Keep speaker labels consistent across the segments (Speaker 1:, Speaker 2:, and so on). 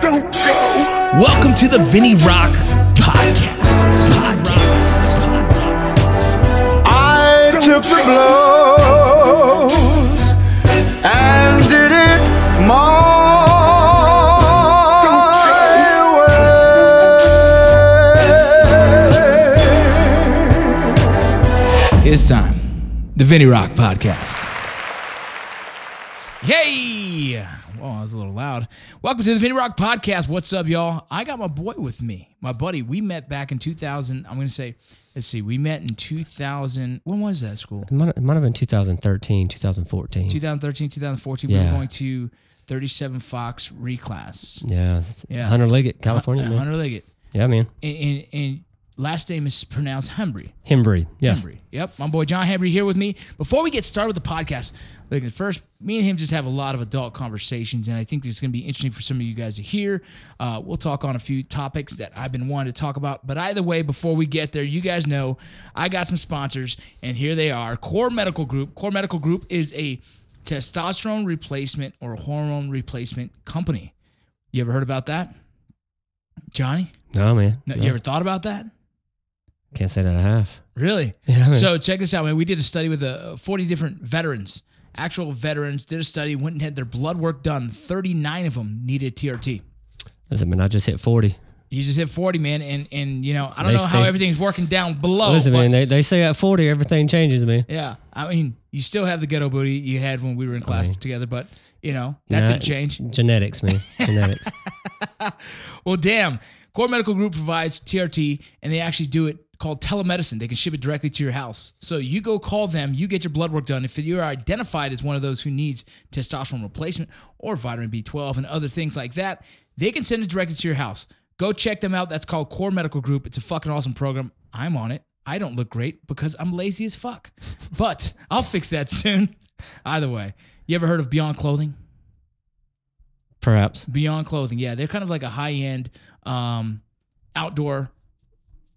Speaker 1: Don't go.
Speaker 2: Welcome to the Vinny Rock Podcast. Podcast.
Speaker 3: I took the blows and did it my way.
Speaker 2: It's time. The Vinny Rock Podcast. Hey! Well, that was a little loud. Welcome to the Vinny Rock Podcast. What's up, y'all? I got my boy with me, my buddy. We met back in 2000. I'm going to say, let's see, we met in 2000. When was that school?
Speaker 4: It might, it might have been 2013, 2014.
Speaker 2: 2013, 2014. We
Speaker 4: Yeah.
Speaker 2: were going to 37 Fox reclass.
Speaker 4: yeah, it's-
Speaker 2: Yeah.
Speaker 4: Hunter Liggett, California, man.
Speaker 2: Hunter Liggett.
Speaker 4: Yeah, man.
Speaker 2: And, and, and last name is pronounced Hembry.
Speaker 4: Hembry. Yes.
Speaker 2: Henry. Yep, my boy John Henry here with me. Before we get started with the podcast, look, first, me and him just have a lot of adult conversations, and I think it's going to be interesting for some of you guys to hear. Uh, we'll talk on a few topics that I've been wanting to talk about. But either way, before we get there, you guys know I got some sponsors, and here they are Core Medical Group. Core Medical Group is a testosterone replacement or hormone replacement company. You ever heard about that? Johnny?
Speaker 4: No, man.
Speaker 2: No,
Speaker 4: No.
Speaker 2: You ever thought about that?
Speaker 4: Can't say that I have.
Speaker 2: Really?
Speaker 4: man.
Speaker 2: So check this out, man. We did a study with uh, 40 different veterans, actual veterans, did a study, went and had their blood work done. 39 of them needed TRT.
Speaker 4: Listen, man, I just hit 40.
Speaker 2: You just hit 40, man, and and you know I don't
Speaker 4: They-
Speaker 2: know how
Speaker 4: they-
Speaker 2: everything's working down below.
Speaker 4: Listen,
Speaker 2: but-
Speaker 4: man, they, they say at 40, everything changes, man.
Speaker 2: yeah, I mean, you still have the ghetto booty you had when we were in class together, but you know that
Speaker 4: Nah,
Speaker 2: didn't change.
Speaker 4: Genetics, man. Genetics.
Speaker 2: Well, damn. Core Medical Group provides TRT, and they actually do it called telemedicine. They can ship it directly to your house. So you go call them, you get your blood work done. If you're identified as one of those who needs testosterone replacement or vitamin B12 and other things like that, they can send it directly to your house. Go check them out. That's called Core Medical Group. It's a fucking awesome program. I'm on it. I don't look great because I'm lazy as fuck, but I'll fix that soon. Either way, you ever heard of Beyond Clothing?
Speaker 4: Perhaps.
Speaker 2: Beyond Clothing. Yeah, they're kind of like a high end um, outdoor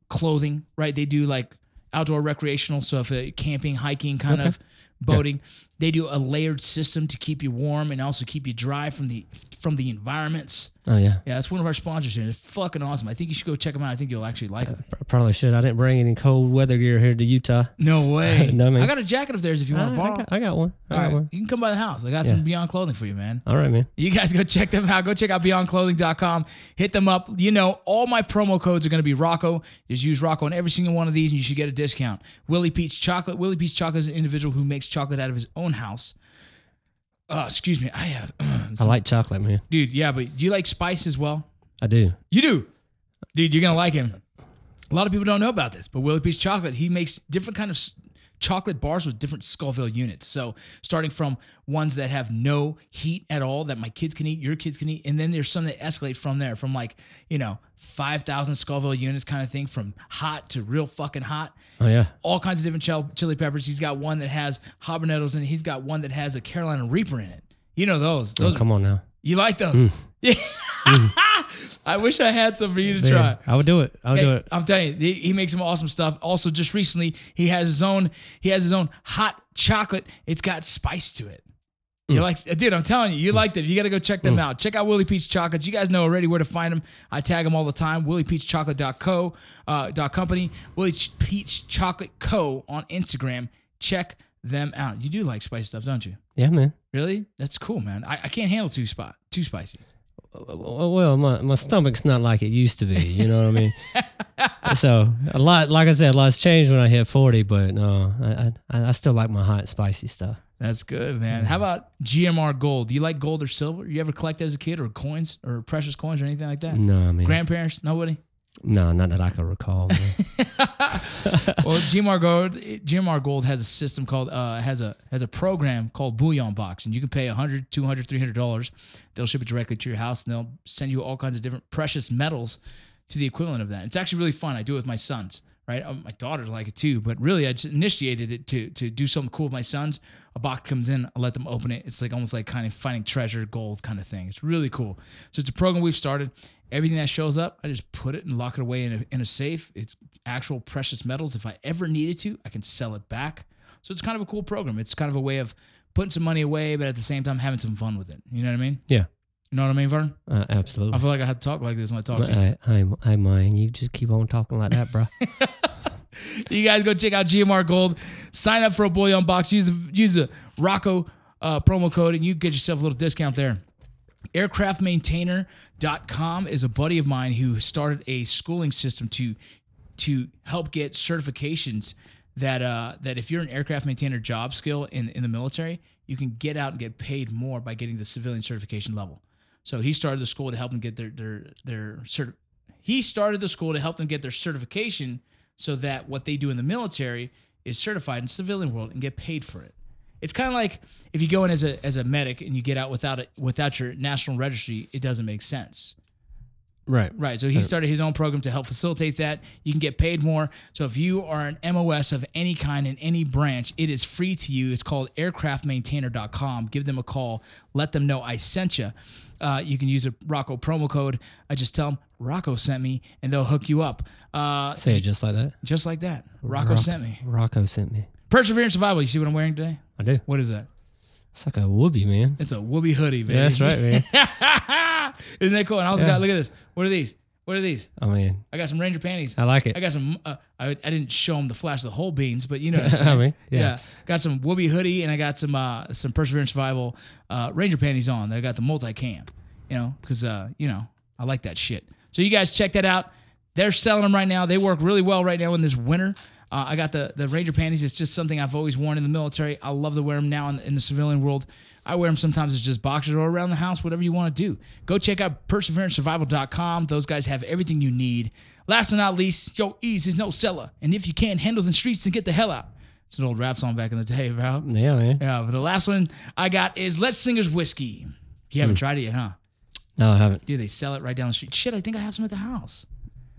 Speaker 2: clothing, right? They do like outdoor recreational stuff, uh, camping, hiking, kind of boating. They do a layered system to keep you warm and also keep you dry from the from the environments.
Speaker 4: Oh, yeah.
Speaker 2: Yeah, that's one of our sponsors, and it's fucking awesome. I think you should go check them out. I think you'll actually like them.
Speaker 4: Pr- Probably should. I didn't bring any cold weather gear here to Utah.
Speaker 2: No way.
Speaker 4: No, man.
Speaker 2: I got a jacket of theirs if you want to
Speaker 4: I,
Speaker 2: borrow.
Speaker 4: got, I got one. I
Speaker 2: All
Speaker 4: got
Speaker 2: right,
Speaker 4: one.
Speaker 2: you can come by the house. I got some Beyond Clothing for you, man.
Speaker 4: All right, man.
Speaker 2: You guys go check them out. Go check out beyondclothing.com. Hit them up. You know, all my promo codes are going to be Rocco. Just use Rocco on every single one of these and you should get a discount. Willie Peach Chocolate. Willie Peach Chocolate is an individual who makes chocolate out of his own house. Uh, excuse me. I have.
Speaker 4: I like chocolate, man.
Speaker 2: dude, yeah, but do you like spice as well?
Speaker 4: I do.
Speaker 2: You do. Dude, you're going to like him. A lot of people don't know about this, but Willie Peach Chocolate, he makes different kind of s- chocolate bars with different Scoville units. So, starting from ones that have no heat at all that my kids can eat, your kids can eat, and then there's some that escalate from there from like, you know, 5,000 Scoville units kind of thing from hot to real fucking hot
Speaker 4: Oh, yeah.
Speaker 2: all kinds of different chil- chili peppers. He's got one that has habaneros in it. He's got one that has a Carolina Reaper in it. You know those.
Speaker 4: Oh,
Speaker 2: Those
Speaker 4: come on now.
Speaker 2: you like
Speaker 4: Mm.
Speaker 2: those? Yeah. I wish I had some for you to try.
Speaker 4: Man, I would do it. I would do
Speaker 2: Hey,
Speaker 4: it.
Speaker 2: I'm telling you, he, he makes some awesome stuff. Also, just recently, he has his own. He has his own hot chocolate. It's got spice to it.
Speaker 4: Mm.
Speaker 2: You like, dude? I'm telling you, you like them. You got to go check them out. Check out Willie Peach Chocolates. You guys know already where to find them. I tag them all the time. WilliePeachChocolate.co, uh, dot company. Willie Ch- Peach Chocolate Co. on Instagram. Check them out. You do like spicy stuff, don't you?
Speaker 4: Yeah, man.
Speaker 2: Really? That's cool, man. I, I can't handle too spot too spicy.
Speaker 4: Well, well, my, my stomach's not like it used to be. You know what I mean? so a lot, like I said, a lot's changed when I hit forty. But no, I I, I still like my hot spicy stuff.
Speaker 2: That's good, man. How about GMR gold? Do you like gold or silver? You ever collect as a kid or coins or precious coins or anything like that?
Speaker 4: No, I mean,
Speaker 2: Grandparents? Nobody?
Speaker 4: no, not that I can recall. man.
Speaker 2: well, GMR Gold, GMR Gold has a system called uh, has a has a program called Bullion Box, and you can pay 100 200 300 dollars. They'll ship it directly to your house, and they'll send you all kinds of different precious metals to the equivalent of that. It's actually really fun. I do it with my sons. Right, Um, my daughters like it too, but really, I just initiated it to to do something cool with my sons. A box comes in, I let them open it. It's like almost like kind of finding treasure, gold kind of thing. It's really cool. So it's a program we've started. Everything that shows up, I just put it and lock it away in a, in a safe. It's actual precious metals. If I ever needed to, I can sell it back. So it's kind of a cool program. It's kind of a way of putting some money away, but at the same time having some fun with it. You know what I mean?
Speaker 4: yeah,
Speaker 2: You know what I mean, Vern?
Speaker 4: Uh, absolutely.
Speaker 2: I feel like I had to talk like this when I talk to you.
Speaker 4: I, I, I mind. You just keep on talking like that, bro.
Speaker 2: You guys go check out GMR Gold. Sign up for a bullion box. Use the use the Rocco uh, promo code, and you get yourself a little discount there. aircraftmaintainer.com is a buddy of mine who started a schooling system to to help get certifications that uh, that if you're an aircraft maintainer job skill in in the military, you can get out and get paid more by getting the civilian certification level. So he started the school to help them get their their their cert. He started the school to help them get their certification so that what they do in the military is certified in civilian world and get paid for it. It's kind of like if you go in as a as a medic and you get out without it without your national registry, it doesn't make sense.
Speaker 4: right.
Speaker 2: Right. So he started his own program to help facilitate that. You can get paid more. So if you are an MOS of any kind in any branch, it is free to you. It's called aircraftmaintainer.com. Give them a call. Let them know I sent you. Uh, you can use a Rocco promo code. I just tell them Rocco sent me and they'll hook you up. Uh,
Speaker 4: Say it just like that.
Speaker 2: just like that. Rocco
Speaker 4: Rock-
Speaker 2: sent me.
Speaker 4: Rocco sent me.
Speaker 2: Perseverance Survival. You see what I'm wearing today?
Speaker 4: I do.
Speaker 2: What is that?
Speaker 4: It's like a whoopee, man.
Speaker 2: It's a Wooby hoodie, man.
Speaker 4: Yeah, that's right, man.
Speaker 2: Isn't that cool? And I also
Speaker 4: Yeah.
Speaker 2: got, look at this. What are these? What are these?
Speaker 4: I mean,
Speaker 2: I got some Ranger panties.
Speaker 4: I like
Speaker 2: I
Speaker 4: it.
Speaker 2: got some. Uh, I, I didn't show him the flash of the whole beans, but you know, what I'm saying.
Speaker 4: I mean,
Speaker 2: yeah.
Speaker 4: yeah.
Speaker 2: got some Wooby hoodie and I got some uh, some Perseverance Survival uh, Ranger panties on. I got the multicam, you know, because uh, you know I like that shit. So you guys check that out. They're selling them right now. They work really well right now in this winter. Uh, I got the the Ranger panties. It's just something I've always worn in the military. I love to wear them now in, in the civilian world. I wear them sometimes as just boxers or around the house, whatever you want to do. Go check out perseverancesurvival.com. Those guys have everything you need. Last but not least, yo, ease is no seller. And if you can't handle the streets, then get the hell out. It's an old rap song back in the day, bro.
Speaker 4: Yeah, man.
Speaker 2: Yeah, but the last one I got is Let's Singers Whiskey. You haven't tried it yet, huh?
Speaker 4: No, I haven't.
Speaker 2: Dude, they sell it right down the street. Shit, I think I have some at the house.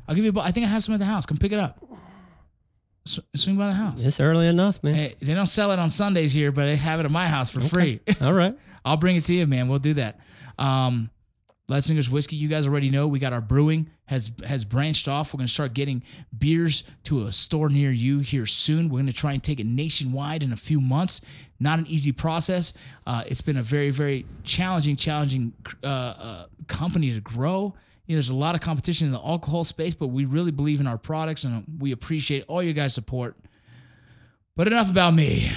Speaker 2: I'll give you a bu- I think I have some at the house. Come pick it up. S- swing by the house.
Speaker 4: It's early enough, man.
Speaker 2: Hey, they don't sell it on Sundays here, but they have it at my house for free.
Speaker 4: All right.
Speaker 2: I'll bring it to you, man. We'll do that. Um, Letzinger's whiskey, you guys already know. We got our brewing has has branched off. We're gonna start getting beers to a store near you here soon. We're gonna try and take it nationwide in a few months. Not an easy process. Uh, it's been a very very challenging challenging uh, uh, company to grow. You know, there's a lot of competition in the alcohol space, but we really believe in our products and we appreciate all your guys' support. But enough about me.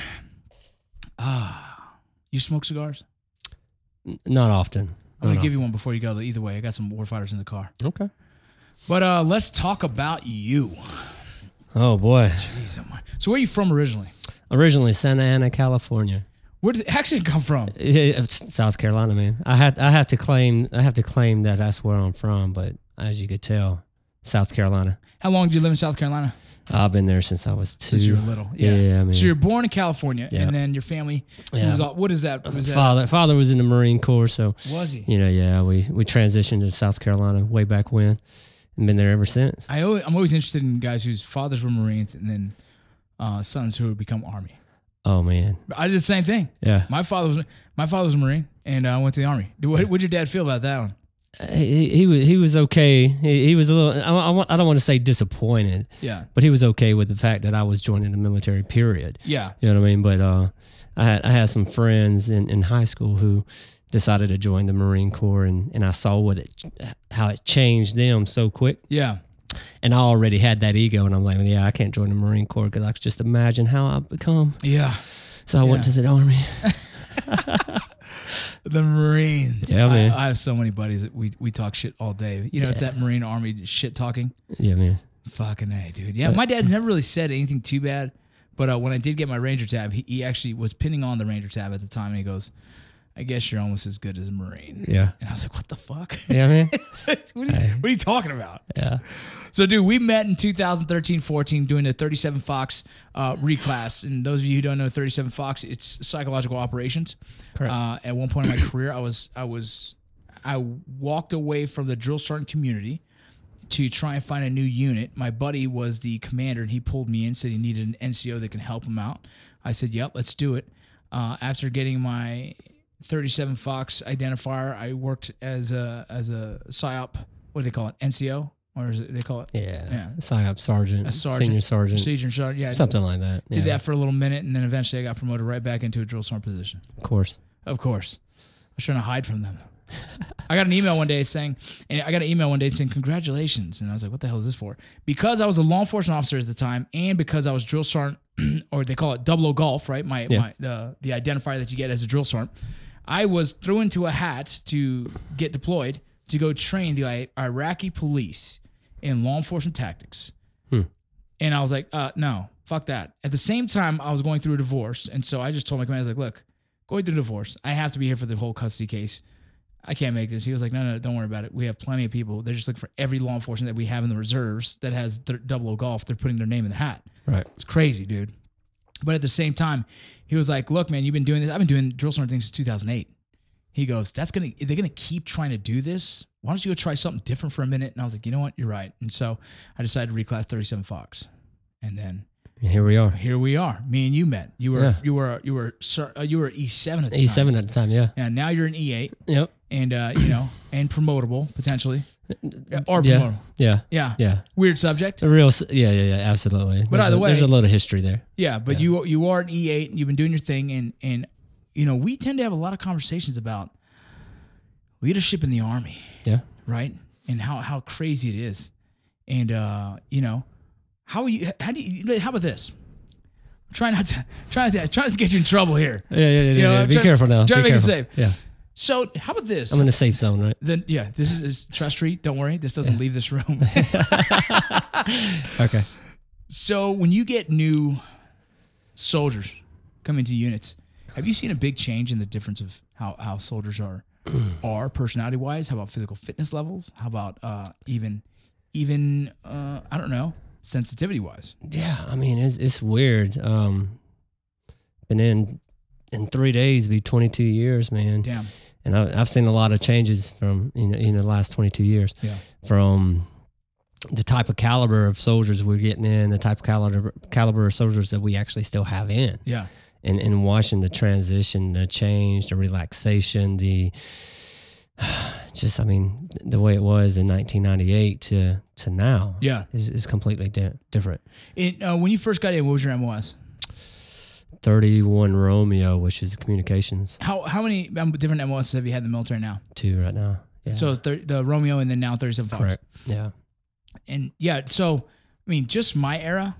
Speaker 2: Ah, you smoke cigars?
Speaker 4: Not often.
Speaker 2: I'm gonna give you one before you go. Though. Either way, I got some warfighters in the car.
Speaker 4: Okay.
Speaker 2: But uh, let's talk about you.
Speaker 4: Oh boy.
Speaker 2: Jeez, oh my. So where are you from originally?
Speaker 4: Originally Santa Ana, California.
Speaker 2: Where did the accident come from?
Speaker 4: Yeah, it's South Carolina, man. I had I have to claim I have to claim that that's where I'm from, but as you could tell, South Carolina.
Speaker 2: How long did you live in South Carolina?
Speaker 4: I've been there since I was two.
Speaker 2: Since you were little. Yeah.
Speaker 4: Yeah, I mean-
Speaker 2: so you're born in California,
Speaker 4: Yeah.
Speaker 2: and then your family.
Speaker 4: Yeah.
Speaker 2: Was all, what is that? Was, that,
Speaker 4: father father was in the Marine Corps, so
Speaker 2: was he?
Speaker 4: you know, yeah, we we transitioned to South Carolina way back when, and been there ever since.
Speaker 2: I always, I'm always interested in guys whose fathers were Marines and then uh, sons who would become Army.
Speaker 4: Oh man,
Speaker 2: I did the same thing.
Speaker 4: yeah,
Speaker 2: My father was my father was a Marine, and uh, I went to the Army. What would your dad feel about that one?
Speaker 4: he he was he was okay. He, he was a little. I, I, want- I don't want to say disappointed,
Speaker 2: Yeah.
Speaker 4: but he was okay with the fact that I was joining the military. Period.
Speaker 2: Yeah.
Speaker 4: You know what I mean? But uh, I had I had some friends in, in high school who decided to join the Marine Corps, and, and I saw what it how it changed them so quick.
Speaker 2: Yeah.
Speaker 4: And I already had that ego, and I'm like, yeah, I can't join the Marine Corps because I could just imagine how I've become.
Speaker 2: Yeah.
Speaker 4: So I went
Speaker 2: Yeah.
Speaker 4: to the Army.
Speaker 2: The Marines.
Speaker 4: Yeah, man.
Speaker 2: I, I have so many buddies that we, we talk shit all day. You know, it's that Marine Army shit talking.
Speaker 4: Yeah, man.
Speaker 2: Fucking A, dude. Yeah, my dad never really said anything too bad. But uh, when I did get my Ranger tab, he, he actually was pinning on the Ranger tab at the time. And he goes, I guess you're almost as good as a Marine.
Speaker 4: Yeah.
Speaker 2: And I was like, what the fuck?
Speaker 4: Yeah, man.
Speaker 2: what, are you, what are you talking about?
Speaker 4: yeah.
Speaker 2: So, dude, we met in 2013 14 doing a 37 Fox uh, reclass. And those of you who don't know 37 Fox, it's psychological operations.
Speaker 4: Correct.
Speaker 2: Uh, at one point in my career, I was, I was, I walked away from the drill sergeant community to try and find a new unit. My buddy was the commander, and he pulled me in, said he needed an NCO that can help him out. I said, "Yep, let's do it." Uh, after getting my 37 Fox identifier, I worked as a as a psyop. What do they call it? NCO, or is it they call it
Speaker 4: Yeah.
Speaker 2: Yeah.
Speaker 4: PSYOP sergeant,
Speaker 2: sergeant.
Speaker 4: senior sergeant,
Speaker 2: procedure sergeant? Yeah, I
Speaker 4: something like that.
Speaker 2: did
Speaker 4: yeah,
Speaker 2: that for a little minute, and then eventually I got promoted right back into a drill sergeant position.
Speaker 4: Of course.
Speaker 2: Of course, I was trying to hide from them. I got an email one day saying, and I got an email one day saying, congratulations. And I was like, what the hell is this for? Because I was a law enforcement officer at the time, and because I was drill sergeant, or they call it double O golf, right? My,
Speaker 4: Yeah.
Speaker 2: my the the identifier that you get as a drill sergeant. I was threw into a hat to get deployed to go train the I- Iraqi police in law enforcement tactics. And I was like, uh, no, fuck that. At the same time, I was going through a divorce. And so I just told my commander, I was like, look, going through a divorce, I have to be here for the whole custody case. I can't make this. He was like, no, no, don't worry about it. We have plenty of people. They're just looking for every law enforcement that we have in the reserves that has th- double O golf. They're putting their name in the hat.
Speaker 4: Right.
Speaker 2: It's crazy, dude. But at the same time, he was like, "Look, man, you've been doing this. I've been doing drill sergeant things since 2008." He goes, "That's gonna. They're gonna keep trying to do this. Why don't you go try something different for a minute?" And I was like, "You know what? You're right." And so I decided to reclass 37 Fox, and then
Speaker 4: And here we are.
Speaker 2: here we are. Me and you met. You were
Speaker 4: Yeah. E
Speaker 2: you were you were sir, uh, you were E7 at the time.
Speaker 4: E7 at the time, yeah.
Speaker 2: Yeah, now you're an E8,
Speaker 4: Yep.
Speaker 2: and uh, you know, and promotable potentially, Yeah, or
Speaker 4: Uh, Yeah.
Speaker 2: promotable.
Speaker 4: Yeah.
Speaker 2: Yeah.
Speaker 4: Yeah.
Speaker 2: Weird subject.
Speaker 4: The real, s- yeah, yeah, yeah, absolutely. But
Speaker 2: either
Speaker 4: a, there's
Speaker 2: way-
Speaker 4: a lot of history there.
Speaker 2: Yeah, but you you are an E8 and you've been doing your thing and and you know, we tend to have a lot of conversations about leadership in the army,
Speaker 4: Yeah.
Speaker 2: right? And how how crazy it is. And uh, you know, how are you how do you how about this? Try not to try not to try not to get you in trouble here.
Speaker 4: Yeah, yeah, yeah.
Speaker 2: You know,
Speaker 4: yeah.
Speaker 2: I'm
Speaker 4: Be
Speaker 2: trying-
Speaker 4: careful now.
Speaker 2: trying to
Speaker 4: Be
Speaker 2: make it safe.
Speaker 4: careful. Yeah.
Speaker 2: So how about this?
Speaker 4: I'm in a safe zone, right?
Speaker 2: then yeah, this is, is trust tree. Don't worry, this doesn't leave this room.
Speaker 4: Okay.
Speaker 2: So when you get new soldiers coming to units, have you seen a big change in the difference of how, how soldiers are are personality wise? How about physical fitness levels? How about uh, even even uh, I don't know sensitivity wise?
Speaker 4: Yeah, I mean it's it's weird. Um, been in in three days, be 22 years, man.
Speaker 2: Damn,
Speaker 4: And I, I've seen a lot of changes from you know in the last 22 years.
Speaker 2: Yeah.
Speaker 4: From the type of caliber of soldiers we're getting in, the type of caliber caliber of soldiers that we actually still have in,
Speaker 2: yeah,
Speaker 4: and and watching the transition, the change, the relaxation, the just I mean the way it was in 1998 to to now,
Speaker 2: Yeah.
Speaker 4: is is completely di- different.
Speaker 2: it, uh, when you first got in, what was your MOS?
Speaker 4: 31 Romeo, which is communications
Speaker 2: How how many um, different MOSs have you had in the military now?
Speaker 4: two right now. Yeah.
Speaker 2: So it's thir- the Romeo and then now thirty seven Fox.
Speaker 4: correct. Yeah.
Speaker 2: and yeah, so I mean, just my era.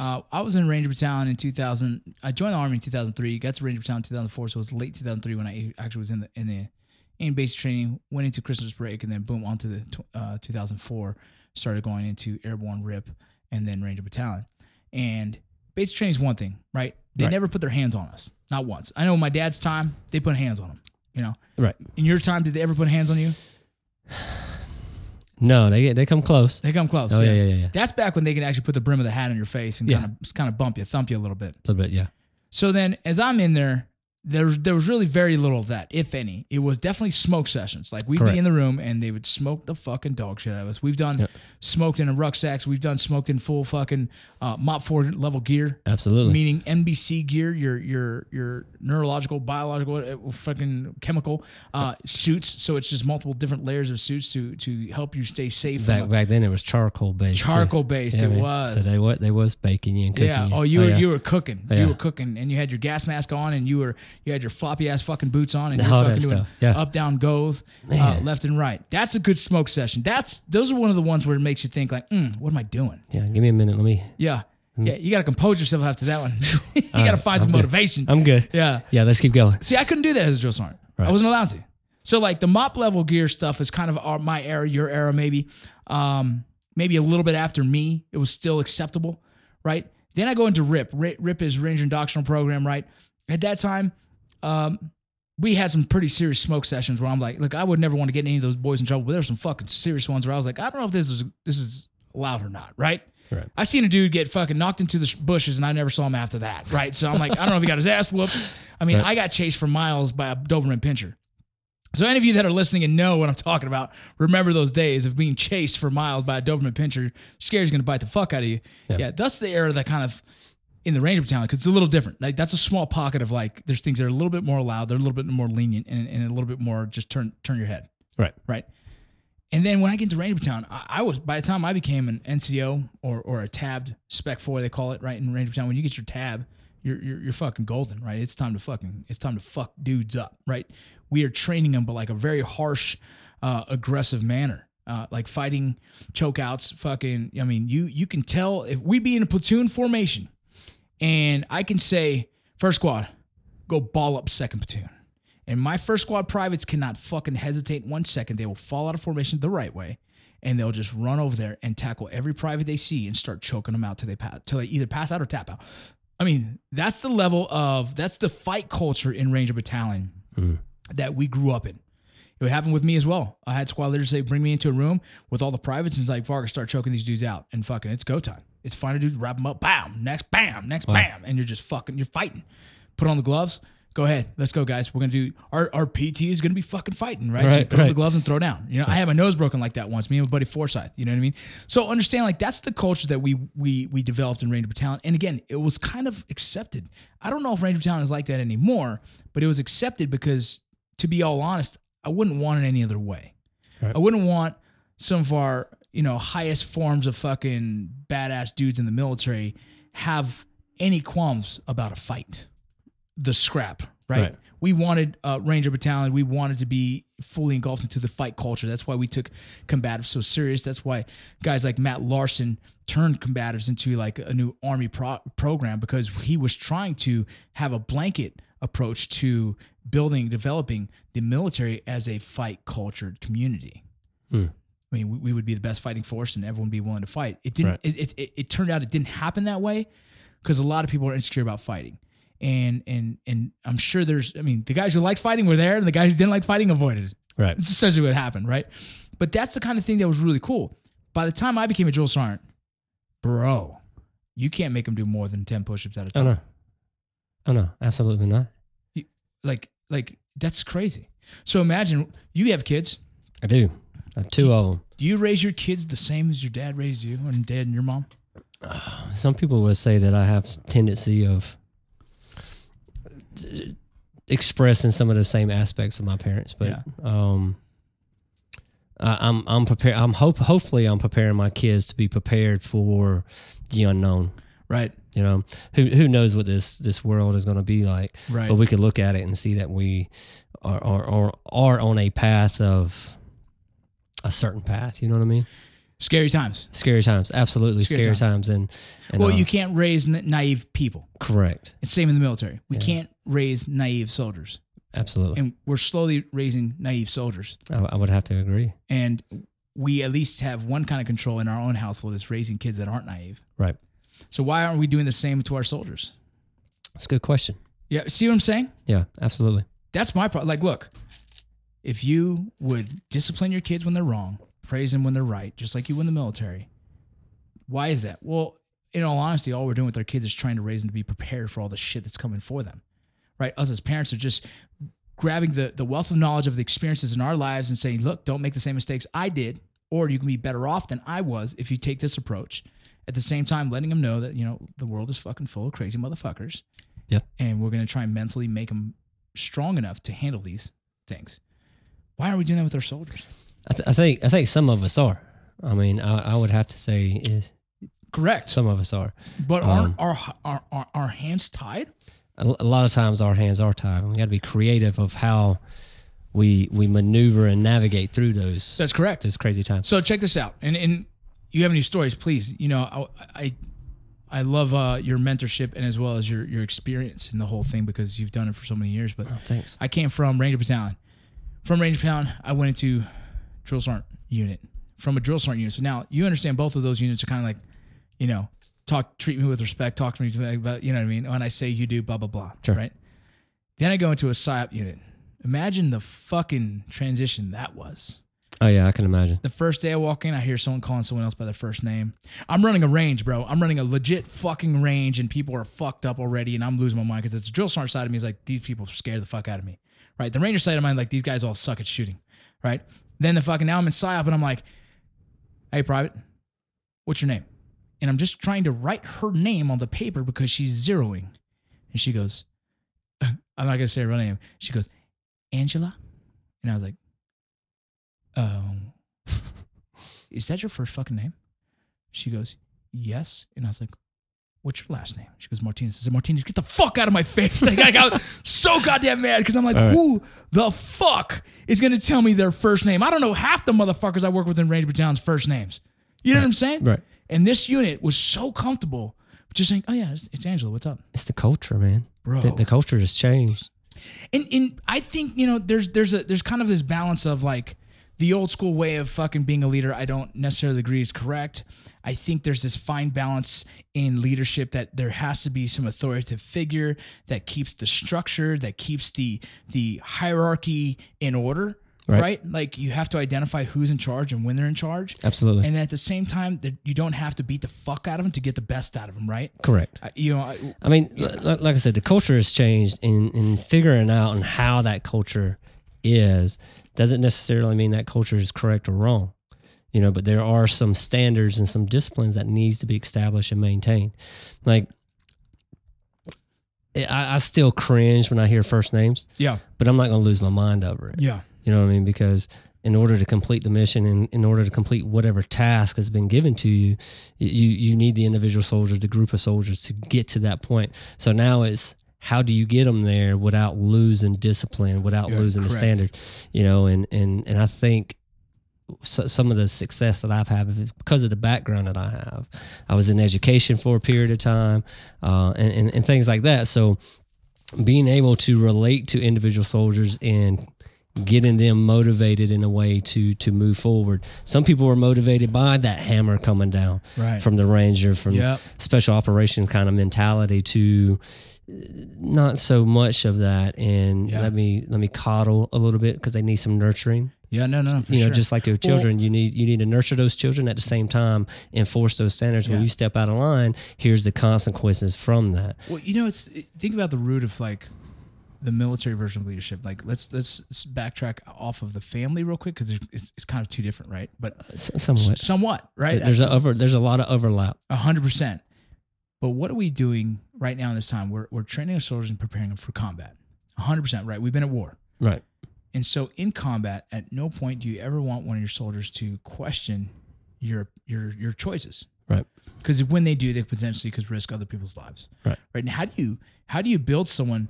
Speaker 2: Uh, I was in Ranger Battalion in 2000. I joined the Army in 2003. Got to Ranger Battalion in 2004. So it was late 2003 when I e, actually was in the in the in basic training. Went into Christmas break and then boom onto the tw- uh, 2004. Started going into Airborne Rip and then Ranger Battalion. And basic training is one thing, right? They never put their hands on us, not once. I know in my dad's time they put hands on them. You know,
Speaker 4: Right.
Speaker 2: in your time, did they ever put hands on you?
Speaker 4: No, they get they come close.
Speaker 2: They come close.
Speaker 4: Oh, yeah, yeah, yeah, yeah.
Speaker 2: That's back when they can actually put the brim of the hat on your face and
Speaker 4: Yeah.
Speaker 2: kind of kind of bump you, thump you a little bit.
Speaker 4: A little bit. Yeah.
Speaker 2: So then, as I'm in there, there's there was really very little of that, if any. It was definitely smoke sessions. Like we'd
Speaker 4: Correct.
Speaker 2: be in the room and they would smoke the fucking dog shit out of us. We've done
Speaker 4: Yep.
Speaker 2: smoked in rucksacks. We've done smoked in full fucking uh, Mop Four level gear.
Speaker 4: Absolutely.
Speaker 2: Meaning NBC gear, your your your neurological, biological, uh, fucking chemical uh, suits. So it's just multiple different layers of suits to to help you stay safe. from
Speaker 4: back back then it was charcoal based. too.
Speaker 2: charcoal based.
Speaker 4: Yeah,
Speaker 2: it
Speaker 4: man.
Speaker 2: was.
Speaker 4: So they what they was baking you and cooking
Speaker 2: yeah.
Speaker 4: you.
Speaker 2: Oh, you were
Speaker 4: yeah.
Speaker 2: you were cooking.
Speaker 4: Yeah.
Speaker 2: You were cooking, and you had your gas mask on, and you were you had your floppy ass fucking boots on, and you were
Speaker 4: All that
Speaker 2: fucking doing
Speaker 4: stuff. Yeah.
Speaker 2: up down goes, uh, left and right. That's a good smoke session. That's those are one of the ones where it makes you think like, mm, what am I doing?
Speaker 4: Yeah. Give me a minute. Let me.
Speaker 2: Yeah. Yeah. You got to compose yourself after that one. you got to find some motivation.
Speaker 4: Mm. I'm good.
Speaker 2: yeah.
Speaker 4: Yeah. Let's keep going.
Speaker 2: See, I couldn't do that as a drill sergeant. I wasn't allowed to. So like the mop level gear stuff is kind of our, my era, your era maybe. Um, maybe a little bit after me, it was still acceptable, right? Then I go into RIP. RIP, RIP is Ranger Indoctrinal Program, right? At that time, um, we had some pretty serious smoke sessions where I'm like, look, I would never want to get any of those boys in trouble, but there's some fucking serious ones where I was like, I don't know if this is this is allowed or not, right?
Speaker 4: Right.
Speaker 2: I seen a dude get fucking knocked into the sh- bushes, and I never saw him after that, right? So I'm like, I don't know if he got his ass whooped. I mean, I got chased for miles by a Doberman pincher. So any of you that are listening and know what I'm talking about, remember those days of being chased for miles by a Doberman pincher. Scary's gonna bite the fuck out of you. Yeah, that's the era that kind of in the Ranger Battalion because it's a little different. Like that's a small pocket of like there's things that are a little bit more loud, they're a little bit more lenient, and, and a little bit more just turn turn your head
Speaker 4: Right.
Speaker 2: right? And then when I get into Ranger Battalion, I, I was by the time I became an NCO or or a tabbed spec four, they call it, right? In Ranger Battalion, when you get your tab, you're, you're you're fucking golden, right? It's time to fucking it's time to fuck dudes up, right? We are training them, but like a very harsh, uh, aggressive manner, uh, like fighting chokeouts. Fucking, I mean, you you can tell if we be in a platoon formation, and I can say first squad, go ball up second platoon. And my first squad privates cannot fucking hesitate one second. They will fall out of formation the right way, and they'll just run over there and tackle every private they see and start choking them out till they pass, till they either pass out or tap out. I mean, that's the level of that's the fight culture in Ranger Battalion that we grew up in. It happened with me as well. I had squad leaders say, "Bring me into a room with all the privates," and it's like Vargas start choking these dudes out, and fucking, it's go time. It's find a dude, wrap him up, bam, next, bam, next, bam, and you're just fucking, you're fighting. Put on the gloves. Go ahead, let's go, guys. We're gonna do our, our PT is gonna be fucking fighting, right? so you
Speaker 4: Right,
Speaker 2: put on the
Speaker 4: right.
Speaker 2: gloves and throw down. You know, I had my nose broken like that once. Me and my buddy Forsyth. You know what I mean? So understand, like that's the culture that we we we developed in Ranger Battalion. And again, it was kind of accepted. I don't know if Ranger Battalion is like that anymore, but it was accepted because, to be all honest, I wouldn't want it any other way. I wouldn't want some of our you know highest forms of fucking badass dudes in the military have any qualms about a fight the scrap, right?
Speaker 4: Right.
Speaker 2: We wanted uh, Ranger Battalion. We wanted to be fully engulfed into the fight culture. That's why we took combatives so serious. That's why guys like Matt Larson turned combatives into like a new army pro- program because he was trying to have a blanket approach to building, developing the military as a fight cultured community.
Speaker 4: Hmm.
Speaker 2: I mean, we, we would be the best fighting force, and everyone would be willing to fight. It didn't.
Speaker 4: Right.
Speaker 2: It, it, it it turned out it didn't happen that way, because a lot of people are insecure about fighting, and and and I'm sure there's. I mean, the guys who liked fighting were there, and the guys who didn't like fighting avoided it.
Speaker 4: Right.
Speaker 2: It's essentially what happened, right? But that's the kind of thing that was really cool. By the time I became a drill sergeant, bro, you can't make them do more than ten push-ups at a time.
Speaker 4: Oh no. Oh no. Absolutely not.
Speaker 2: Like like that's crazy. So imagine you have kids.
Speaker 4: I do. I have two of them.
Speaker 2: Do you raise your kids the same as your dad raised you, and dad and your mom?
Speaker 4: some people will say that I have s- tendency of t- expressing some of the same aspects of my parents, but
Speaker 2: Yeah.
Speaker 4: um, I, I'm I'm prepared. I'm hope hopefully I'm preparing my kids to be prepared for the unknown.
Speaker 2: Right.
Speaker 4: You know, who who knows what this this world is going to be like?
Speaker 2: Right.
Speaker 4: But we could look at it and see that we are are are, are on a path of a certain path. You know what I mean?
Speaker 2: Scary times.
Speaker 4: Scary times, absolutely
Speaker 2: Scary
Speaker 4: scary, times. and, and
Speaker 2: Well,
Speaker 4: uh,
Speaker 2: you can't raise na- naive people.
Speaker 4: correct,
Speaker 2: It's same in the military. We can't raise naive soldiers,
Speaker 4: absolutely.
Speaker 2: and we're slowly raising naive soldiers.
Speaker 4: I, I would have to agree.
Speaker 2: And we at least have one kind of control in our own household is raising kids that aren't naive.
Speaker 4: Right.
Speaker 2: So why aren't we doing the same to our soldiers?
Speaker 4: That's a good question.
Speaker 2: Yeah, see what I'm saying?
Speaker 4: Yeah, absolutely.
Speaker 2: That's my problem. Like, look, if you would discipline your kids when they're wrong, praise them when they're right, just like you in the military, why is that? Well, in all honesty, all we're doing with our kids is trying to raise them to be prepared for all the shit that's coming for them, right? Us as parents are just grabbing the, the wealth of knowledge of the experiences in our lives and saying, look, don't make the same mistakes I did, or you can be better off than I was if you take this approach. At the same time, letting them know that, you know, the world is fucking full of crazy motherfuckers
Speaker 4: Yep.
Speaker 2: and we're going to try and mentally make them strong enough to handle these things. Why are we doing that with our soldiers?
Speaker 4: I, th- I think I think some of us are. I mean, I, I would have to say is
Speaker 2: Correct.
Speaker 4: some of us are.
Speaker 2: But aren't our, our, our, our hands tied?
Speaker 4: A, l- a lot of times our hands are tied. We got to be creative of how we we maneuver and navigate through those
Speaker 2: That's correct.
Speaker 4: those crazy times.
Speaker 2: So check this out. And, and you have any stories, please. You know, I, I, I love uh, your mentorship and as well as your, your experience in the whole thing because you've done it for so many years. But
Speaker 4: Thanks.
Speaker 2: I came from Ranger Battalion. From Ranger Battalion, I went into drill sergeant unit. From a drill sergeant unit, so now you understand both of those units are kind of like, you know, talk treat me with respect, talk to me about you know what I mean. When I say you do, blah blah blah,
Speaker 4: Sure.
Speaker 2: right? Then I go into a psyop unit. Imagine the fucking transition that was.
Speaker 4: Oh yeah, I can imagine.
Speaker 2: The first day I walk in, I hear someone calling someone else by their first name. I'm running a range, bro. I'm running a legit fucking range, and people are fucked up already, and I'm losing my mind because it's the drill sergeant side of me is like these people scare the fuck out of me, right? The ranger side of mine like these guys all suck at shooting, right? Then the fucking now I'm in psyop, and I'm like, hey, private, what's your name? And I'm just trying to write her name on the paper because she's zeroing, and she goes, I'm not gonna say her real name. She goes, Angela, and I was like, oh is that your first fucking name? She goes, yes. And I was like, what's your last name? She goes, Martinez. I said, Martinez, get the fuck out of my face. Like, I got so goddamn mad because I'm like, who the fuck is going to tell me their first name? I don't know half the motherfuckers I work with in Ranger Battalion's first names. You know what I'm saying?
Speaker 4: Right.
Speaker 2: And this unit was so comfortable just saying, oh, yeah, it's, it's Angela. What's up?
Speaker 4: It's the culture, man.
Speaker 2: Bro.
Speaker 4: The, the culture has changed.
Speaker 2: and and I think you know there's there's a there's kind of this balance of like the old school way of fucking being a leader. I don't necessarily agree is correct. I think there's this fine balance in leadership that there has to be some authoritative figure that keeps the structure, that keeps the the hierarchy in order,
Speaker 4: Right.
Speaker 2: right? Like you have to identify who's in charge and when they're in charge.
Speaker 4: Absolutely.
Speaker 2: And at the same time, that you don't have to beat the fuck out of them to get the best out of them, right?
Speaker 4: Correct.
Speaker 2: I- You know, I,
Speaker 4: I mean, li- li- like I said, the culture has changed in, in figuring out on how that culture is doesn't necessarily mean that culture is correct or wrong, you know, but there are some standards and some disciplines that needs to be established and maintained. Like I, I still cringe when I hear first names,
Speaker 2: yeah,
Speaker 4: but I'm not going to lose my mind over it.
Speaker 2: yeah,
Speaker 4: You know what I mean? Because in order to complete the mission and in order to complete whatever task has been given to you, you you need the individual soldiers, the group of soldiers to get to that point. So now it's how do you get them there without losing discipline, without
Speaker 2: Yeah,
Speaker 4: losing the
Speaker 2: correct.
Speaker 4: standard? You know, and and and I think so, some of the success that I've had is because of the background that I have. I was in education for a period of time, uh, and, and and things like that. So being able to relate to individual soldiers and getting them motivated in a way to to move forward. Some people were motivated by that hammer coming down
Speaker 2: Right.
Speaker 4: from the ranger, from
Speaker 2: Yep.
Speaker 4: special operations kind of mentality to uh, not so much of that and
Speaker 2: Yeah.
Speaker 4: let me let me coddle a little bit because they need some nurturing
Speaker 2: yeah. No, no, for
Speaker 4: you know
Speaker 2: sure.
Speaker 4: just like your children you need you need to nurture those children at the same time enforce those standards when
Speaker 2: Yeah.
Speaker 4: you step out of line here's the consequences from that
Speaker 2: Well, you know, it's think about the root of like the military version of leadership. Like, let's let's backtrack off of the family real quick because it's, it's kind of two different, right? But
Speaker 4: S- Uh, somewhat
Speaker 2: somewhat, right?
Speaker 4: there's a over there's a lot of overlap
Speaker 2: a hundred percent. But what are we doing right now in this time? We're we're training our soldiers and preparing them for combat. A hundred percent, right? We've been at war,
Speaker 4: right
Speaker 2: and so in combat, at no point do you ever want one of your soldiers to question your your your choices.
Speaker 4: right
Speaker 2: because when they do, they potentially could risk other people's lives.
Speaker 4: Right.
Speaker 2: Right. And how do you how do you build someone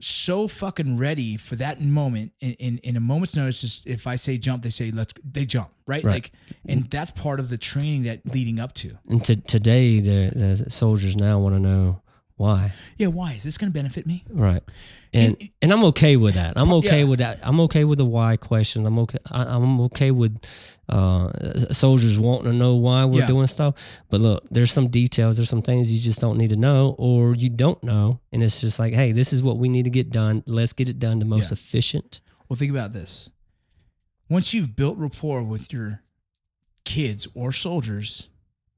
Speaker 2: so fucking ready for that moment in in, in a moment's notice? Just if I say jump, they say let's they jump. Right?
Speaker 4: Right.
Speaker 2: Like, and that's part of the training that leading up to.
Speaker 4: And to, today, the, the soldiers now want to know why.
Speaker 2: Yeah. Why is this going to benefit me?
Speaker 4: Right. And and, I'm okay with that. I'm okay
Speaker 2: Yeah.
Speaker 4: with that. I'm okay with the why questions. I'm okay. I, I'm okay with uh, s- soldiers wanting to know why we're
Speaker 2: Yeah.
Speaker 4: doing stuff. But look, there's some details. There's some things you just don't need to know, or you don't know, and it's just like, hey, this is what we need to get done. Let's get it done the most
Speaker 2: Yeah.
Speaker 4: efficient.
Speaker 2: Well, think about this. Once you've built rapport with your kids or soldiers,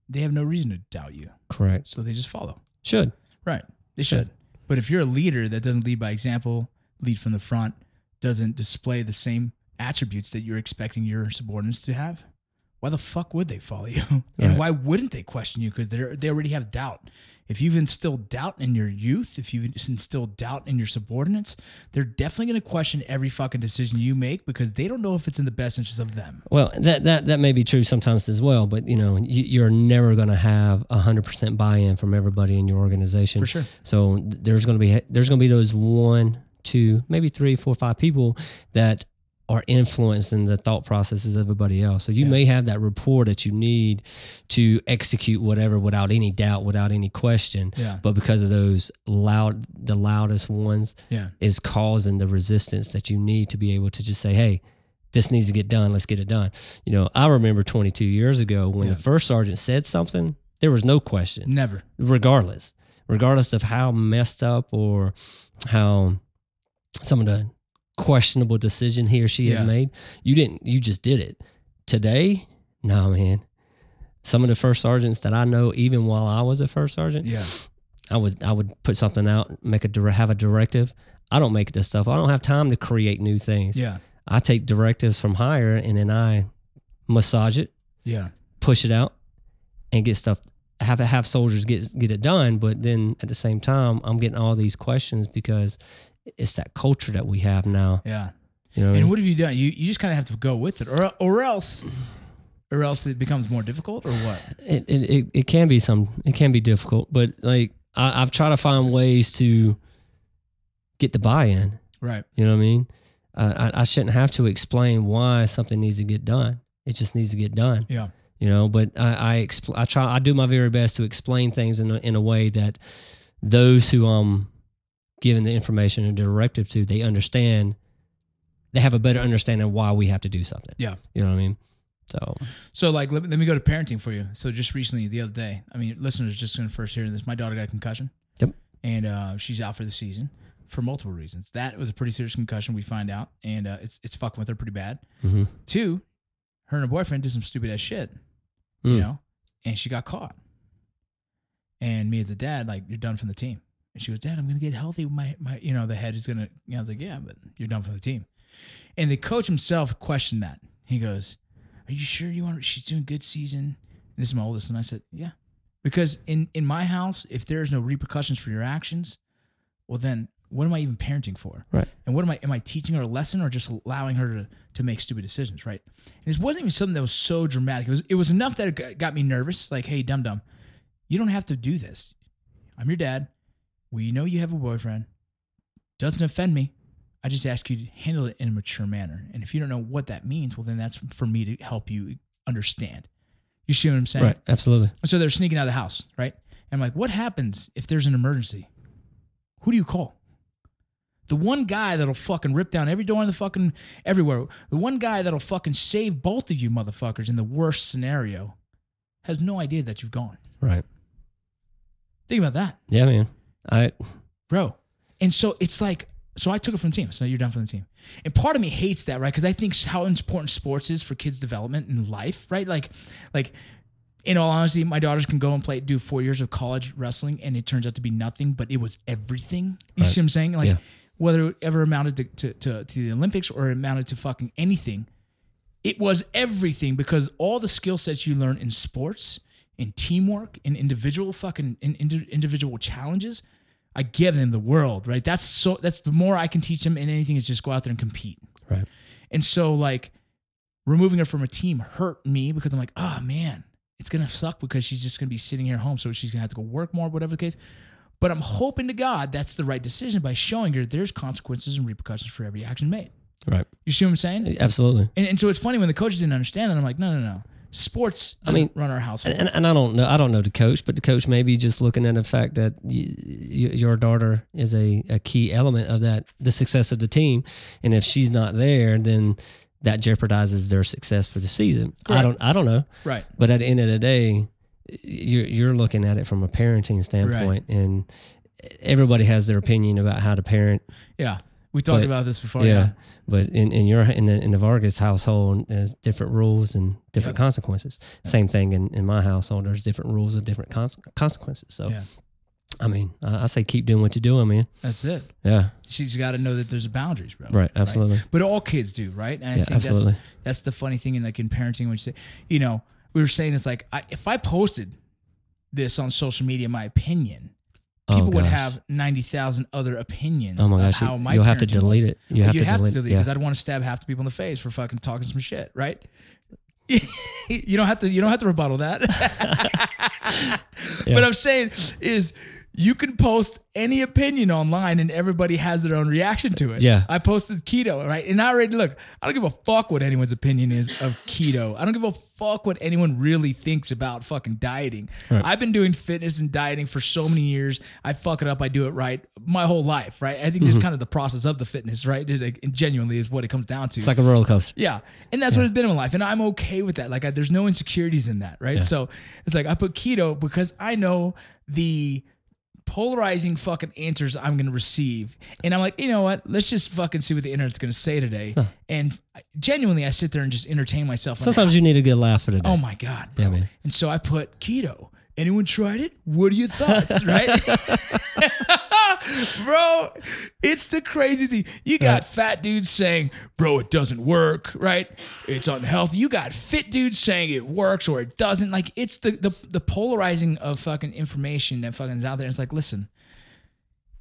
Speaker 2: they have no reason to doubt you,
Speaker 4: Correct.
Speaker 2: so they just follow.
Speaker 4: Should.
Speaker 2: Right. They should. But if you're a leader that doesn't lead by example, lead from the front, doesn't display the same attributes that you're expecting your subordinates to have, why the fuck would they follow you? And
Speaker 4: Right.
Speaker 2: why wouldn't they question you? Because they they already have doubt. If you've instilled doubt in your youth, if you've instilled doubt in your subordinates, they're definitely going to question every fucking decision you make because they don't know if it's in the best interest of them.
Speaker 4: Well, that, that that may be true sometimes as well, but you know, you, you're never going to have hundred percent buy-in from everybody in your organization.
Speaker 2: For sure.
Speaker 4: So th- there's going to be there's going to be those one, two, maybe three, four, five people that are influencing the thought processes of everybody else. So you may have that rapport that you need to execute whatever without any doubt, without any question.
Speaker 2: Yeah.
Speaker 4: But because of those loud, the loudest ones,
Speaker 2: Yeah.
Speaker 4: is causing the resistance that you need to be able to just say, hey, this needs to get done. Let's get it done. You know, I remember 22 years ago when the first sergeant said something, there was no question,
Speaker 2: Never.
Speaker 4: regardless, regardless of how messed up or how some of the questionable decision he or she
Speaker 2: Yeah.
Speaker 4: has made. You didn't, you just did it. Today, nah, man. Some of the first sergeants that I know, even while I was a first sergeant,
Speaker 2: Yeah.
Speaker 4: I would I would put something out, make a dir- have a directive. I don't make this stuff. I don't have time to create new things.
Speaker 2: Yeah.
Speaker 4: I take directives from higher and then I massage it,
Speaker 2: Yeah.
Speaker 4: push it out, and get stuff. Have have soldiers get get it done. But then at the same time, I'm getting all these questions because it's that culture that we have now.
Speaker 2: Yeah.
Speaker 4: You know, what I
Speaker 2: And
Speaker 4: mean?
Speaker 2: what have you done? You you just kind of have to go with it, or or else or else it becomes more difficult, or what?
Speaker 4: it, it, it, it can be some it can be difficult but like I, i've tried to find ways to get the buy-in
Speaker 2: Right.
Speaker 4: you know what i mean uh, I, I shouldn't have to explain why something needs to get done it just needs to get done
Speaker 2: Yeah.
Speaker 4: you know but i i, expl- I try i do my very best to explain things in a, in a way that those who i'm giving the information and directive to they understand they have a better understanding of why we have to do something
Speaker 2: Yeah.
Speaker 4: you know what i mean so
Speaker 2: So, like, let me, let me go to parenting for you. So, just recently, the other day, I mean, listeners just going to first hearing this. My daughter got a concussion.
Speaker 4: Yep.
Speaker 2: And uh, she's out for the season for multiple reasons. That was a pretty serious concussion. We find out, and uh, it's it's fucking with her pretty bad.
Speaker 4: mhm.
Speaker 2: Two, her and her boyfriend did some stupid ass shit,
Speaker 4: Mm.
Speaker 2: you know, and she got caught. And me as a dad, like, you're done from the team. And she goes, Dad, I'm gonna get healthy. My my, you know, the head is gonna. You know, I was like, Yeah, but you're done from the team. And the coach himself questioned that. He goes, Are you sure you want? She's doing good season. And this is my oldest, and I said, Yeah, because in in my house, if there's no repercussions for your actions, well then. What am I even parenting for?
Speaker 4: Right.
Speaker 2: And what am I? Am I teaching her a lesson or just allowing her to, to make stupid decisions? Right. And this wasn't even something that was so dramatic. It was it was enough that it got- got me nervous. Like, hey, dum dum, you don't have to do this. I'm your dad. We know you have a boyfriend. Doesn't offend me. I just ask you to handle it in a mature manner. And if you don't know what that means, well, then that's for me to help you understand. You see what I'm saying?
Speaker 4: right absolutely
Speaker 2: And so they're sneaking out of the house, right? And I'm like, what happens if there's an emergency? Who do you call? The one guy that'll fucking rip down every door in the fucking everywhere. The one guy that'll fucking save both of you motherfuckers in the worst scenario has no idea that you've gone.
Speaker 4: right
Speaker 2: Think about that,
Speaker 4: Yeah, man. I
Speaker 2: bro. And so it's like, so I took it from the team. So you're done from the team. And part of me hates that, right? Because I think how important sports is for kids' development and life, right? Like, like in all honesty, my daughters can go and play, do four years of college wrestling, and it turns out to be nothing, but it was everything. You see what I'm saying? Like,
Speaker 4: Yeah.
Speaker 2: whether it ever amounted to, to, to, to the Olympics or amounted to fucking anything, it was everything because all the skill sets you learn in sports, in teamwork, in individual fucking in, indi- individual challenges, I give them the world, right? That's so, that's the more I can teach them in anything is just go out there and compete.
Speaker 4: right.
Speaker 2: And so like removing her from a team hurt me because I'm like, oh man, it's gonna suck because she's just gonna be sitting here at home. So she's gonna have to go work more, whatever the case. But I'm hoping to God that's the right decision by showing her there's consequences and repercussions for every action made.
Speaker 4: Right.
Speaker 2: You see what I'm saying?
Speaker 4: Absolutely.
Speaker 2: And, and so it's funny when the coaches didn't understand that. I'm like, no, no, no. Sports
Speaker 4: I
Speaker 2: doesn't
Speaker 4: mean-
Speaker 2: run our household.
Speaker 4: And, and I don't know. I don't know the coach, but the coach may be just looking at the fact that y y your daughter is a, a key element of that the success of the team, and if she's not there, then that jeopardizes their success for the season. I
Speaker 2: Correct.
Speaker 4: don't. I don't know.
Speaker 2: right.
Speaker 4: But at the end of the day, you're you're looking at it from a parenting standpoint, and everybody has their opinion about how to parent
Speaker 2: Yeah. We talked
Speaker 4: But-
Speaker 2: about this before.
Speaker 4: yeah.
Speaker 2: Oh, Yeah.
Speaker 4: But in, in your in the, in the Vargas household, there's different rules and different
Speaker 2: Yeah.
Speaker 4: consequences. Same thing in, in my household. There's different rules and different cons- consequences. So,
Speaker 2: Yeah.
Speaker 4: I mean, I, I say keep doing what you're doing, man.
Speaker 2: That's it.
Speaker 4: Yeah,
Speaker 2: She's got to know that there's boundaries, bro.
Speaker 4: right. Absolutely.
Speaker 2: But all kids do, right? And I
Speaker 4: Yeah,
Speaker 2: think
Speaker 4: absolutely.
Speaker 2: that's that's the funny thing in like in parenting when you say, you know, we were saying this like I, if I posted this on social media, my opinion,
Speaker 4: Oh,
Speaker 2: people would
Speaker 4: gosh.
Speaker 2: have ninety thousand other opinions.
Speaker 4: Oh my
Speaker 2: of
Speaker 4: gosh,
Speaker 2: how my
Speaker 4: you'll have to
Speaker 2: parenting
Speaker 4: delete
Speaker 2: was.
Speaker 4: it. You have
Speaker 2: You'd
Speaker 4: to
Speaker 2: have
Speaker 4: delete it,
Speaker 2: to delete
Speaker 4: yeah.
Speaker 2: because I don't want to stab half the people in the face for fucking talking some shit, right? you don't have to. You don't have to rebuttal that. But I'm saying is you can post any opinion online and everybody has their own reaction to it.
Speaker 4: Yeah.
Speaker 2: I posted keto, right? And I already look, I don't give a fuck what anyone's opinion is of keto. I don't give a fuck what anyone really thinks about fucking dieting. I've been doing fitness and dieting for so many years. I fuck it up, I do it right my whole life, right? I think this is kind of the process of the fitness, right? It, like, genuinely is what it comes down to.
Speaker 4: It's like a roller coaster.
Speaker 2: Yeah. And that's what it's been in my life. And I'm okay with that. Like, I, there's no insecurities in that. Right. So it's like I put keto because I know the polarizing fucking answers I'm going to receive. And I'm like, you know what? Let's just fucking see what the internet's going to say today. And genuinely, I sit there and just entertain myself. on
Speaker 4: Sometimes you need a good laugh for the day.
Speaker 2: Oh my god! bro.
Speaker 4: Yeah, man.
Speaker 2: And so I put keto. Anyone tried it? What are your thoughts? right, bro? It's the crazy thing. You got fat dudes saying, "Bro, it doesn't work." Right? It's unhealthy. You got fit dudes saying it works or it doesn't. Like it's the the, the polarizing of fucking information that fucking is out there. And it's like, listen.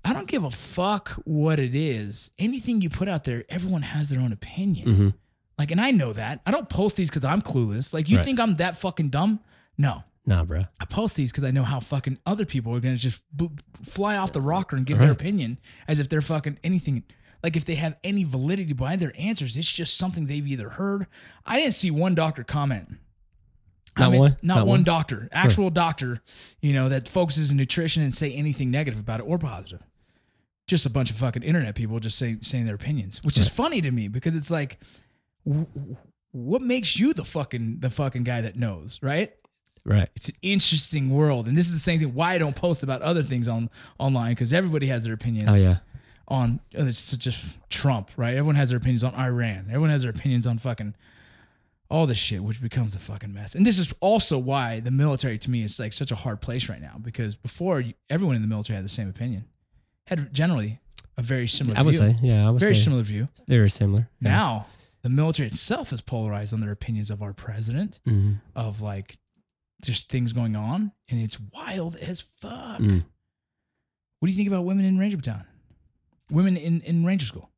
Speaker 2: I don't
Speaker 4: Mm-hmm.
Speaker 2: give a fuck what it is. Anything you put out there, everyone has their own opinion. Like, and I know that. I don't post these because I'm clueless. Like, you
Speaker 4: Right.
Speaker 2: think I'm that fucking dumb? No.
Speaker 4: Nah, bro.
Speaker 2: I post these because I know how fucking other people are gonna just b- fly off the rocker and give their opinion as if they're fucking anything. Like if they have any validity behind their answers, it's just something they've either heard. I didn't see one doctor comment.
Speaker 4: Not
Speaker 2: I mean,
Speaker 4: one.
Speaker 2: Not, one, doctor, actual doctor, you know, that focuses in nutrition and say anything negative about it or positive. Just a bunch of fucking internet people just say, saying their opinions, which is funny to me because it's like, w- w- what makes you the fucking the fucking guy that knows, right?
Speaker 4: Right.
Speaker 2: It's an interesting world, and this is the same thing. Why I don't post about other things on online because everybody has their opinions
Speaker 4: Oh yeah.
Speaker 2: on oh, it's just Trump, right? Everyone has their opinions on Iran. Everyone has their opinions on fucking all this shit, which becomes a fucking mess. And this is also why the military to me is like such a hard place right now because before you- everyone in the military had the same opinion, had generally a very similar.
Speaker 4: I would
Speaker 2: view,
Speaker 4: say. Yeah. I would
Speaker 2: very
Speaker 4: say
Speaker 2: similar view.
Speaker 4: very similar. Yeah.
Speaker 2: Now the military itself is polarized on their opinions of our president,
Speaker 4: Mhm.
Speaker 2: of like just things going on, and it's wild as fuck.
Speaker 4: Mm.
Speaker 2: What do you think about women in Ranger Battalion? Women in, in Ranger School.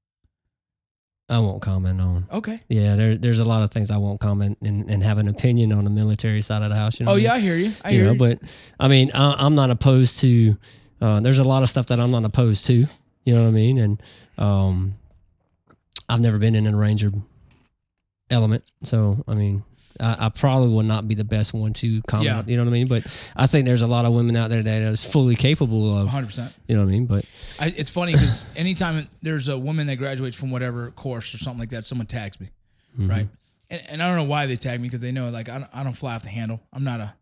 Speaker 4: I won't comment on.
Speaker 2: Okay.
Speaker 4: Yeah, there, there's a lot of things I won't comment and, and have an opinion on the military side of the house. You know
Speaker 2: Oh
Speaker 4: what I mean?
Speaker 2: yeah, I hear you. I
Speaker 4: you
Speaker 2: hear
Speaker 4: know,
Speaker 2: you.
Speaker 4: Mm-hmm. but I mean, I, I'm not opposed to. Uh, there's a lot of stuff that I'm not opposed to. You know what I mean? And um, I've never been in a ranger element, so I mean, I, I probably will not be the best one to comment.
Speaker 2: Yeah.
Speaker 4: You know what I mean? But I think there's a lot of women out there that is fully capable of.
Speaker 2: 100%.
Speaker 4: You know what I mean? But
Speaker 2: I, it's funny because anytime there's a woman that graduates from whatever course or something like that, someone tags me, right? And, and I don't know why they tag me because they know like I don't, I don't fly off the handle. I'm not a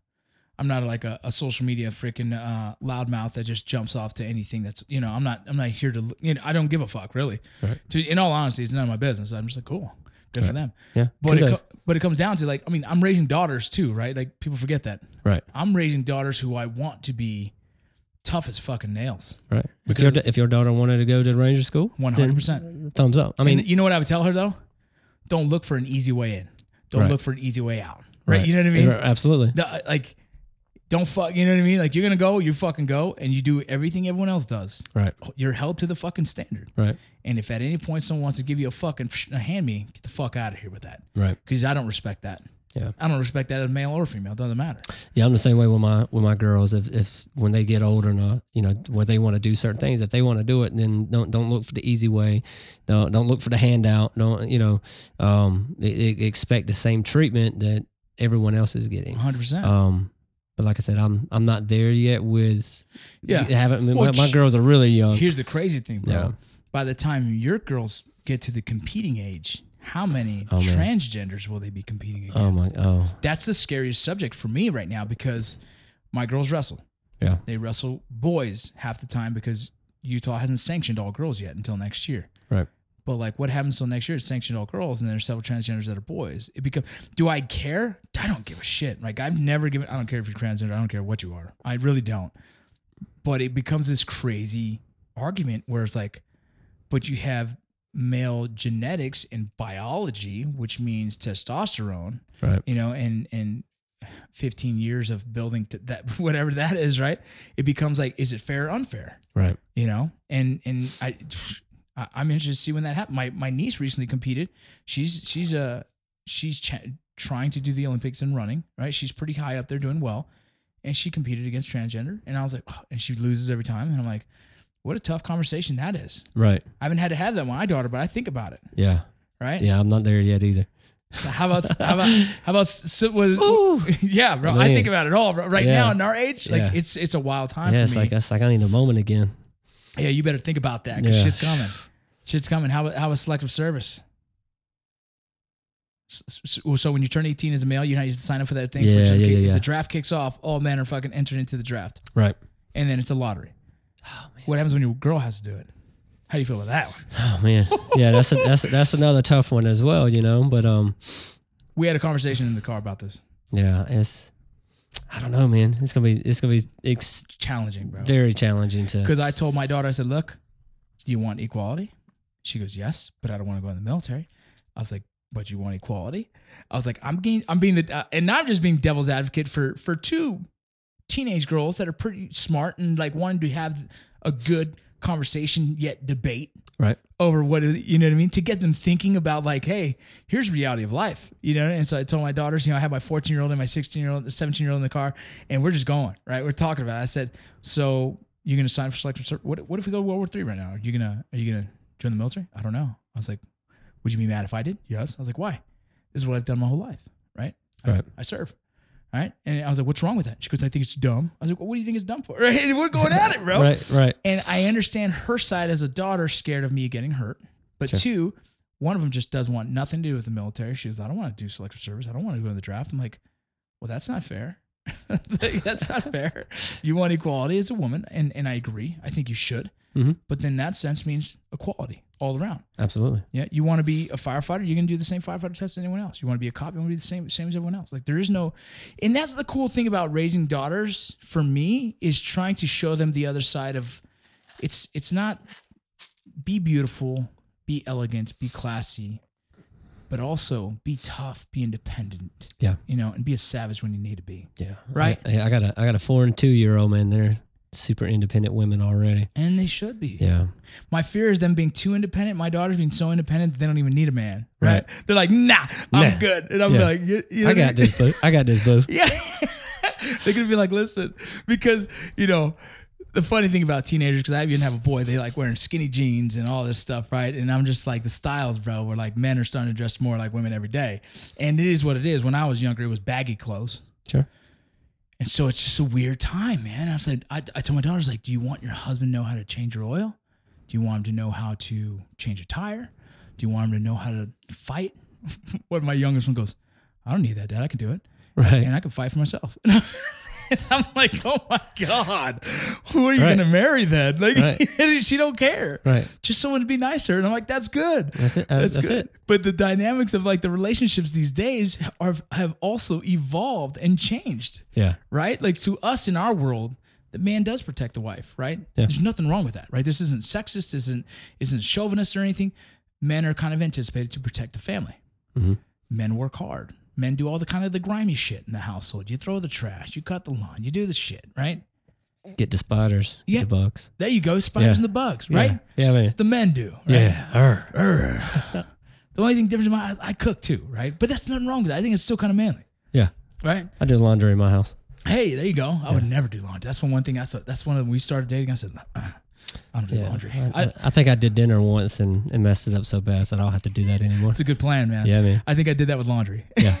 Speaker 2: I'm not like a, a social media freaking uh, loudmouth that just jumps off to anything that's you know I'm not I'm not here to you know I don't give a fuck really. To in all honesty, it's none of my business. I'm just like cool, good for them.
Speaker 4: yeah,
Speaker 2: But it
Speaker 4: kudos.
Speaker 2: co- but it comes down to like I mean I'm raising daughters too, right? Like people forget that
Speaker 4: right,
Speaker 2: I'm raising daughters who I want to be tough as fucking nails,
Speaker 4: right. If your da- if your daughter wanted to go to ranger school,
Speaker 2: one hundred percent.
Speaker 4: thumbs up. I mean,
Speaker 2: And you know what I would tell her though? Don't look for an easy way in. Don't
Speaker 4: Right.
Speaker 2: look for an easy way out. Right? You know what I mean?
Speaker 4: Right, Absolutely.
Speaker 2: The- uh, like, don't fuck. You know what I mean? Like, you're gonna go, you fucking go, and you do everything everyone else does.
Speaker 4: Right.
Speaker 2: You're held to the fucking standard.
Speaker 4: Right.
Speaker 2: And if at any point someone wants to give you a fucking a hand me, get the fuck out of here with that.
Speaker 4: Right.
Speaker 2: Because I don't respect that.
Speaker 4: Yeah.
Speaker 2: I don't respect that as male or female. Doesn't matter.
Speaker 4: Yeah, I'm the same way with my with my girls. If if when they get older and uh, you know where they want to do certain things, if they want to do it, then don't don't look for the easy way. Don't don't look for the handout. Don't you know um, e- e- expect the same treatment that everyone else is getting.
Speaker 2: One hundred percent.
Speaker 4: Um, but like I said, I'm I'm not there yet with
Speaker 2: Yeah.
Speaker 4: Haven't my,
Speaker 2: Well,
Speaker 4: my
Speaker 2: sh-
Speaker 4: girls are really young.
Speaker 2: Here's the crazy thing, bro.
Speaker 4: Yeah.
Speaker 2: By the time your girls get to the competing age, how many
Speaker 4: Oh, man.
Speaker 2: transgenders will they be competing against?
Speaker 4: oh my oh
Speaker 2: That's the scariest subject for me right now because my girls wrestle.
Speaker 4: yeah
Speaker 2: They wrestle boys half the time because Utah hasn't sanctioned all girls yet until next year.
Speaker 4: right
Speaker 2: But like, what happens till next year? It's sanctioned all girls, and there's several transgenders that are boys. It becomes. Do I care? I don't give a shit. Like I've never given. I don't care if you're transgender. I don't care what you are. I really don't. But it becomes this crazy argument where it's like, but you have male genetics and biology, which means testosterone,
Speaker 4: right
Speaker 2: you know, and and 15 years of building t- that whatever that is, right? It becomes like, is it fair or unfair?
Speaker 4: right
Speaker 2: you know and and i I- i'm interested to see when that happens my my niece recently competed she's she's uh she's ch- trying to do the olympics in running right she's pretty high up there doing well and she competed against transgender and i was like "Oh," and she loses every time and i'm like what a tough conversation that is
Speaker 4: right
Speaker 2: i haven't had to have that with my daughter but i think about it
Speaker 4: yeah
Speaker 2: right
Speaker 4: yeah I'm not there yet either.
Speaker 2: So how about how about how about s- s- was- yeah bro i
Speaker 4: Man.
Speaker 2: think about it all bro. right
Speaker 4: Yeah.
Speaker 2: now in our age like
Speaker 4: Yeah.
Speaker 2: it's it's a wild time
Speaker 4: Yeah,
Speaker 2: for
Speaker 4: it's
Speaker 2: me
Speaker 4: like it's like I need a moment again.
Speaker 2: Yeah, you better think about that because
Speaker 4: Yeah.
Speaker 2: shit's coming. Shit's coming. How how is selective service? S- s- s- So when you turn 18 as a male, you know you have to sign up for that thing. for
Speaker 4: Yeah,
Speaker 2: just
Speaker 4: yeah,
Speaker 2: kick-
Speaker 4: yeah,
Speaker 2: If
Speaker 4: yeah.
Speaker 2: the draft kicks off, all men are fucking entered into the draft,
Speaker 4: Right.
Speaker 2: and then it's a lottery. What happens when your girl has to do it? How do you feel about that one?
Speaker 4: Oh man, yeah, that's a, that's that's another tough one as well, you know. But um,
Speaker 2: We had a conversation in the car about this.
Speaker 4: yeah, it's I don't know, man. It's gonna be it's gonna be ex-
Speaker 2: Challenging, bro.
Speaker 4: very challenging to.
Speaker 2: Because I told my daughter, I said, "Look, do you want equality?" She goes, "Yes, but I don't want to go in the military." I was like, "But you want equality?" I was like, "I'm being, I'm being the, uh, and I'm just being devil's advocate for for two teenage girls that are pretty smart and like wanting to have a good conversation yet debate
Speaker 4: right?
Speaker 2: over what it- you know what I mean to get them thinking about like, hey, here's reality of life, you know. And so I told my daughters, you know, I have my 14 year old and my 16 year old, the 17 year old in the car, and we're just going right. We're talking about. it. I said, so you're gonna sign for selective service? What, what if we go to World War Three right now? Are you gonna Are you gonna join the military? I don't know. I was like, would you be mad if I did? Yes. I was like, why? This is what I've done my whole life, right? I-
Speaker 4: Right.
Speaker 2: I serve. All right. And I was like, what's wrong with that? She goes, I think it's dumb. I was like, well, what do you think it's dumb for? Right. And we're going at it, bro.
Speaker 4: Right, right.
Speaker 2: And I understand her side as a daughter, scared of me getting hurt. But two, one of them just does want nothing to do with the military. She goes, I don't want to do selective service. I don't want to go in the draft. I'm like, well, that's not fair. Like, that's not fair. You want equality as a woman, and and I agree. I think you should.
Speaker 4: Mhm.
Speaker 2: But then that sense means equality all around.
Speaker 4: Absolutely.
Speaker 2: Yeah, you want to be a firefighter, you're gonna do the same firefighter test as anyone else. You want to be a cop, you want to be the same same as everyone else. Like there is no, and that's the cool thing about raising daughters for me is trying to show them the other side of, it's it's not, be beautiful, be elegant, be classy, but also be tough, be independent.
Speaker 4: Yeah.
Speaker 2: you know, and be a savage when you need to be.
Speaker 4: Yeah.
Speaker 2: Right?
Speaker 4: I, I got a I got a four and two year old man. They're super independent women already.
Speaker 2: And they should be.
Speaker 4: Yeah.
Speaker 2: My fear is them being too independent. My daughter's being so independent that they don't even need a man. Right? They're like, nah, I'm
Speaker 4: Nah.
Speaker 2: good, and I'm
Speaker 4: Yeah.
Speaker 2: like, you, you know
Speaker 4: I
Speaker 2: what
Speaker 4: got
Speaker 2: mean?
Speaker 4: this boo. I got this boo.
Speaker 2: Yeah. They're going to be like, listen, because, you know, the funny thing about teenagers, because I even have a boy, they like wearing skinny jeans and all this stuff, right? And I'm just like, the styles, bro, where like men are starting to dress more like women every day. And it is what it is. When I was younger, it was baggy clothes.
Speaker 4: Sure.
Speaker 2: And so it's just a weird time, man. I was like, I, I told my daughters, like, do you want your husband to know how to change your oil? Do you want him to know how to change a tire? Do you want him to know how to fight? One of my youngest one goes, I don't need that, dad. I can do it
Speaker 4: Right.
Speaker 2: and I can fight for myself. and I'm like, oh my god, who are you
Speaker 4: Right.
Speaker 2: gonna marry then? Like,
Speaker 4: Right.
Speaker 2: she don't care.
Speaker 4: Right.
Speaker 2: Just someone to be nicer, and I'm like, that's good.
Speaker 4: That's it. That's, that's
Speaker 2: good.
Speaker 4: it.
Speaker 2: But the dynamics of like the relationships these days are have also evolved and changed,
Speaker 4: Yeah.
Speaker 2: right? Like to us in our world, the man does protect the wife, right? There's nothing wrong with that, right? This isn't sexist, isn't isn't chauvinist or anything. Men are kind of anticipated to protect the family,
Speaker 4: Mm-hmm.
Speaker 2: men work hard. Men do all the kind of the grimy shit in the household. You throw the trash, you cut the lawn, you do the shit, right?
Speaker 4: Get the spiders.
Speaker 2: Yeah.
Speaker 4: Get the bugs.
Speaker 2: There you go, spiders
Speaker 4: Yeah.
Speaker 2: and the bugs, right?
Speaker 4: Yeah. Yeah, man.
Speaker 2: The men do. Right?
Speaker 4: Yeah. Her.
Speaker 2: The only thing different is my I, I cook too, right? But that's nothing wrong with that. I think it's still kind of manly,
Speaker 4: Yeah.
Speaker 2: right?
Speaker 4: I do laundry in my house.
Speaker 2: Hey, there you go. I would never do laundry. That's one one thing. That's a, that's one of when we started dating. I said, "Nah, uh, I don't do
Speaker 4: Yeah.
Speaker 2: laundry.
Speaker 4: I,
Speaker 2: I,
Speaker 4: I- I think I did dinner once and, and messed it up so bad, so I don't have to do that anymore.
Speaker 2: it's a good plan, man.
Speaker 4: Yeah, man.
Speaker 2: I think I did that with laundry.
Speaker 4: Yeah.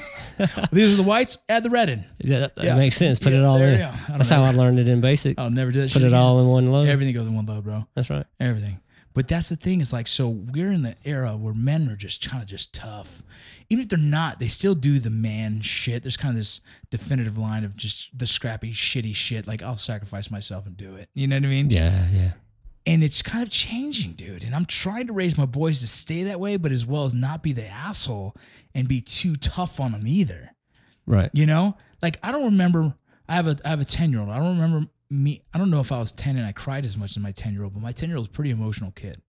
Speaker 2: These are the whites. Add the red in.
Speaker 4: Yeah, that, that
Speaker 2: Yeah.
Speaker 4: makes sense. Put
Speaker 2: Yeah,
Speaker 4: it all
Speaker 2: there you
Speaker 4: in.
Speaker 2: go. I don't Oh,
Speaker 4: That's how I learned it in basic.
Speaker 2: I'll never do that.
Speaker 4: Put
Speaker 2: shit
Speaker 4: it
Speaker 2: again.
Speaker 4: all in one load.
Speaker 2: Everything goes in one load, bro.
Speaker 4: That's right.
Speaker 2: everything. But that's the thing. It's like so we're in the era where men are just kind of just tough. Even if they're not, they still do the man shit. There's kind of this definitive line of just the scrappy, shitty shit. Like I'll sacrifice myself and do it. You know what I mean?
Speaker 4: Yeah, yeah.
Speaker 2: And it's kind of changing, dude. And I'm trying to raise my boys to stay that way, but as well as not be the asshole and be too tough on them either.
Speaker 4: Right.
Speaker 2: You know, like I don't remember. I have a I have a ten year old. I don't remember me. I don't know if I was ten and I cried as much as my ten year old, but my ten year old's a pretty emotional kid.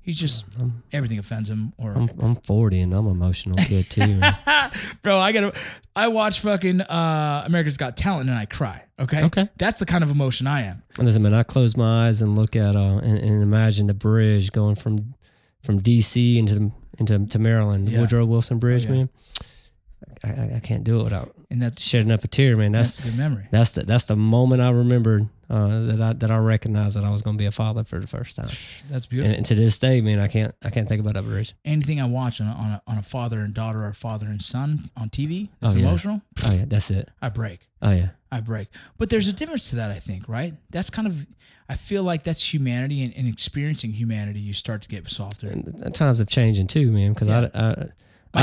Speaker 2: He's just everything offends him. Or
Speaker 4: I'm, I'm 40 and I'm emotional kid too. man.
Speaker 2: bro, I gotta. I watch fucking uh, America's Got Talent and I cry. Okay,
Speaker 4: Okay.
Speaker 2: that's the kind of emotion I am.
Speaker 4: Listen, man, I close my eyes and look at uh and, and imagine the bridge going from from DC into into to Maryland, the
Speaker 2: Yeah. Oh,
Speaker 4: Woodrow Wilson Bridge,
Speaker 2: yeah.
Speaker 4: man. I, I, I can't do it without
Speaker 2: And that's
Speaker 4: shedding up a tear, man. That's
Speaker 2: that's a good memory.
Speaker 4: that's the that's the moment I remembered uh, that I that I recognized that I was going to be a father for the first time.
Speaker 2: That's
Speaker 4: And,
Speaker 2: beautiful.
Speaker 4: to this day, man, I can't I can't think about that bridge.
Speaker 2: Anything I watch on a, on a, on a father and daughter or father and son on TV that's
Speaker 4: Oh, yeah.
Speaker 2: emotional,
Speaker 4: Oh yeah, that's it.
Speaker 2: I break.
Speaker 4: Oh yeah,
Speaker 2: I break. But there's a difference to that, I think, right? That's kind of, I feel like that's humanity and, and experiencing humanity, you start to get softer.
Speaker 4: and the times have changed too, man. Because I, I,
Speaker 2: My
Speaker 4: I don't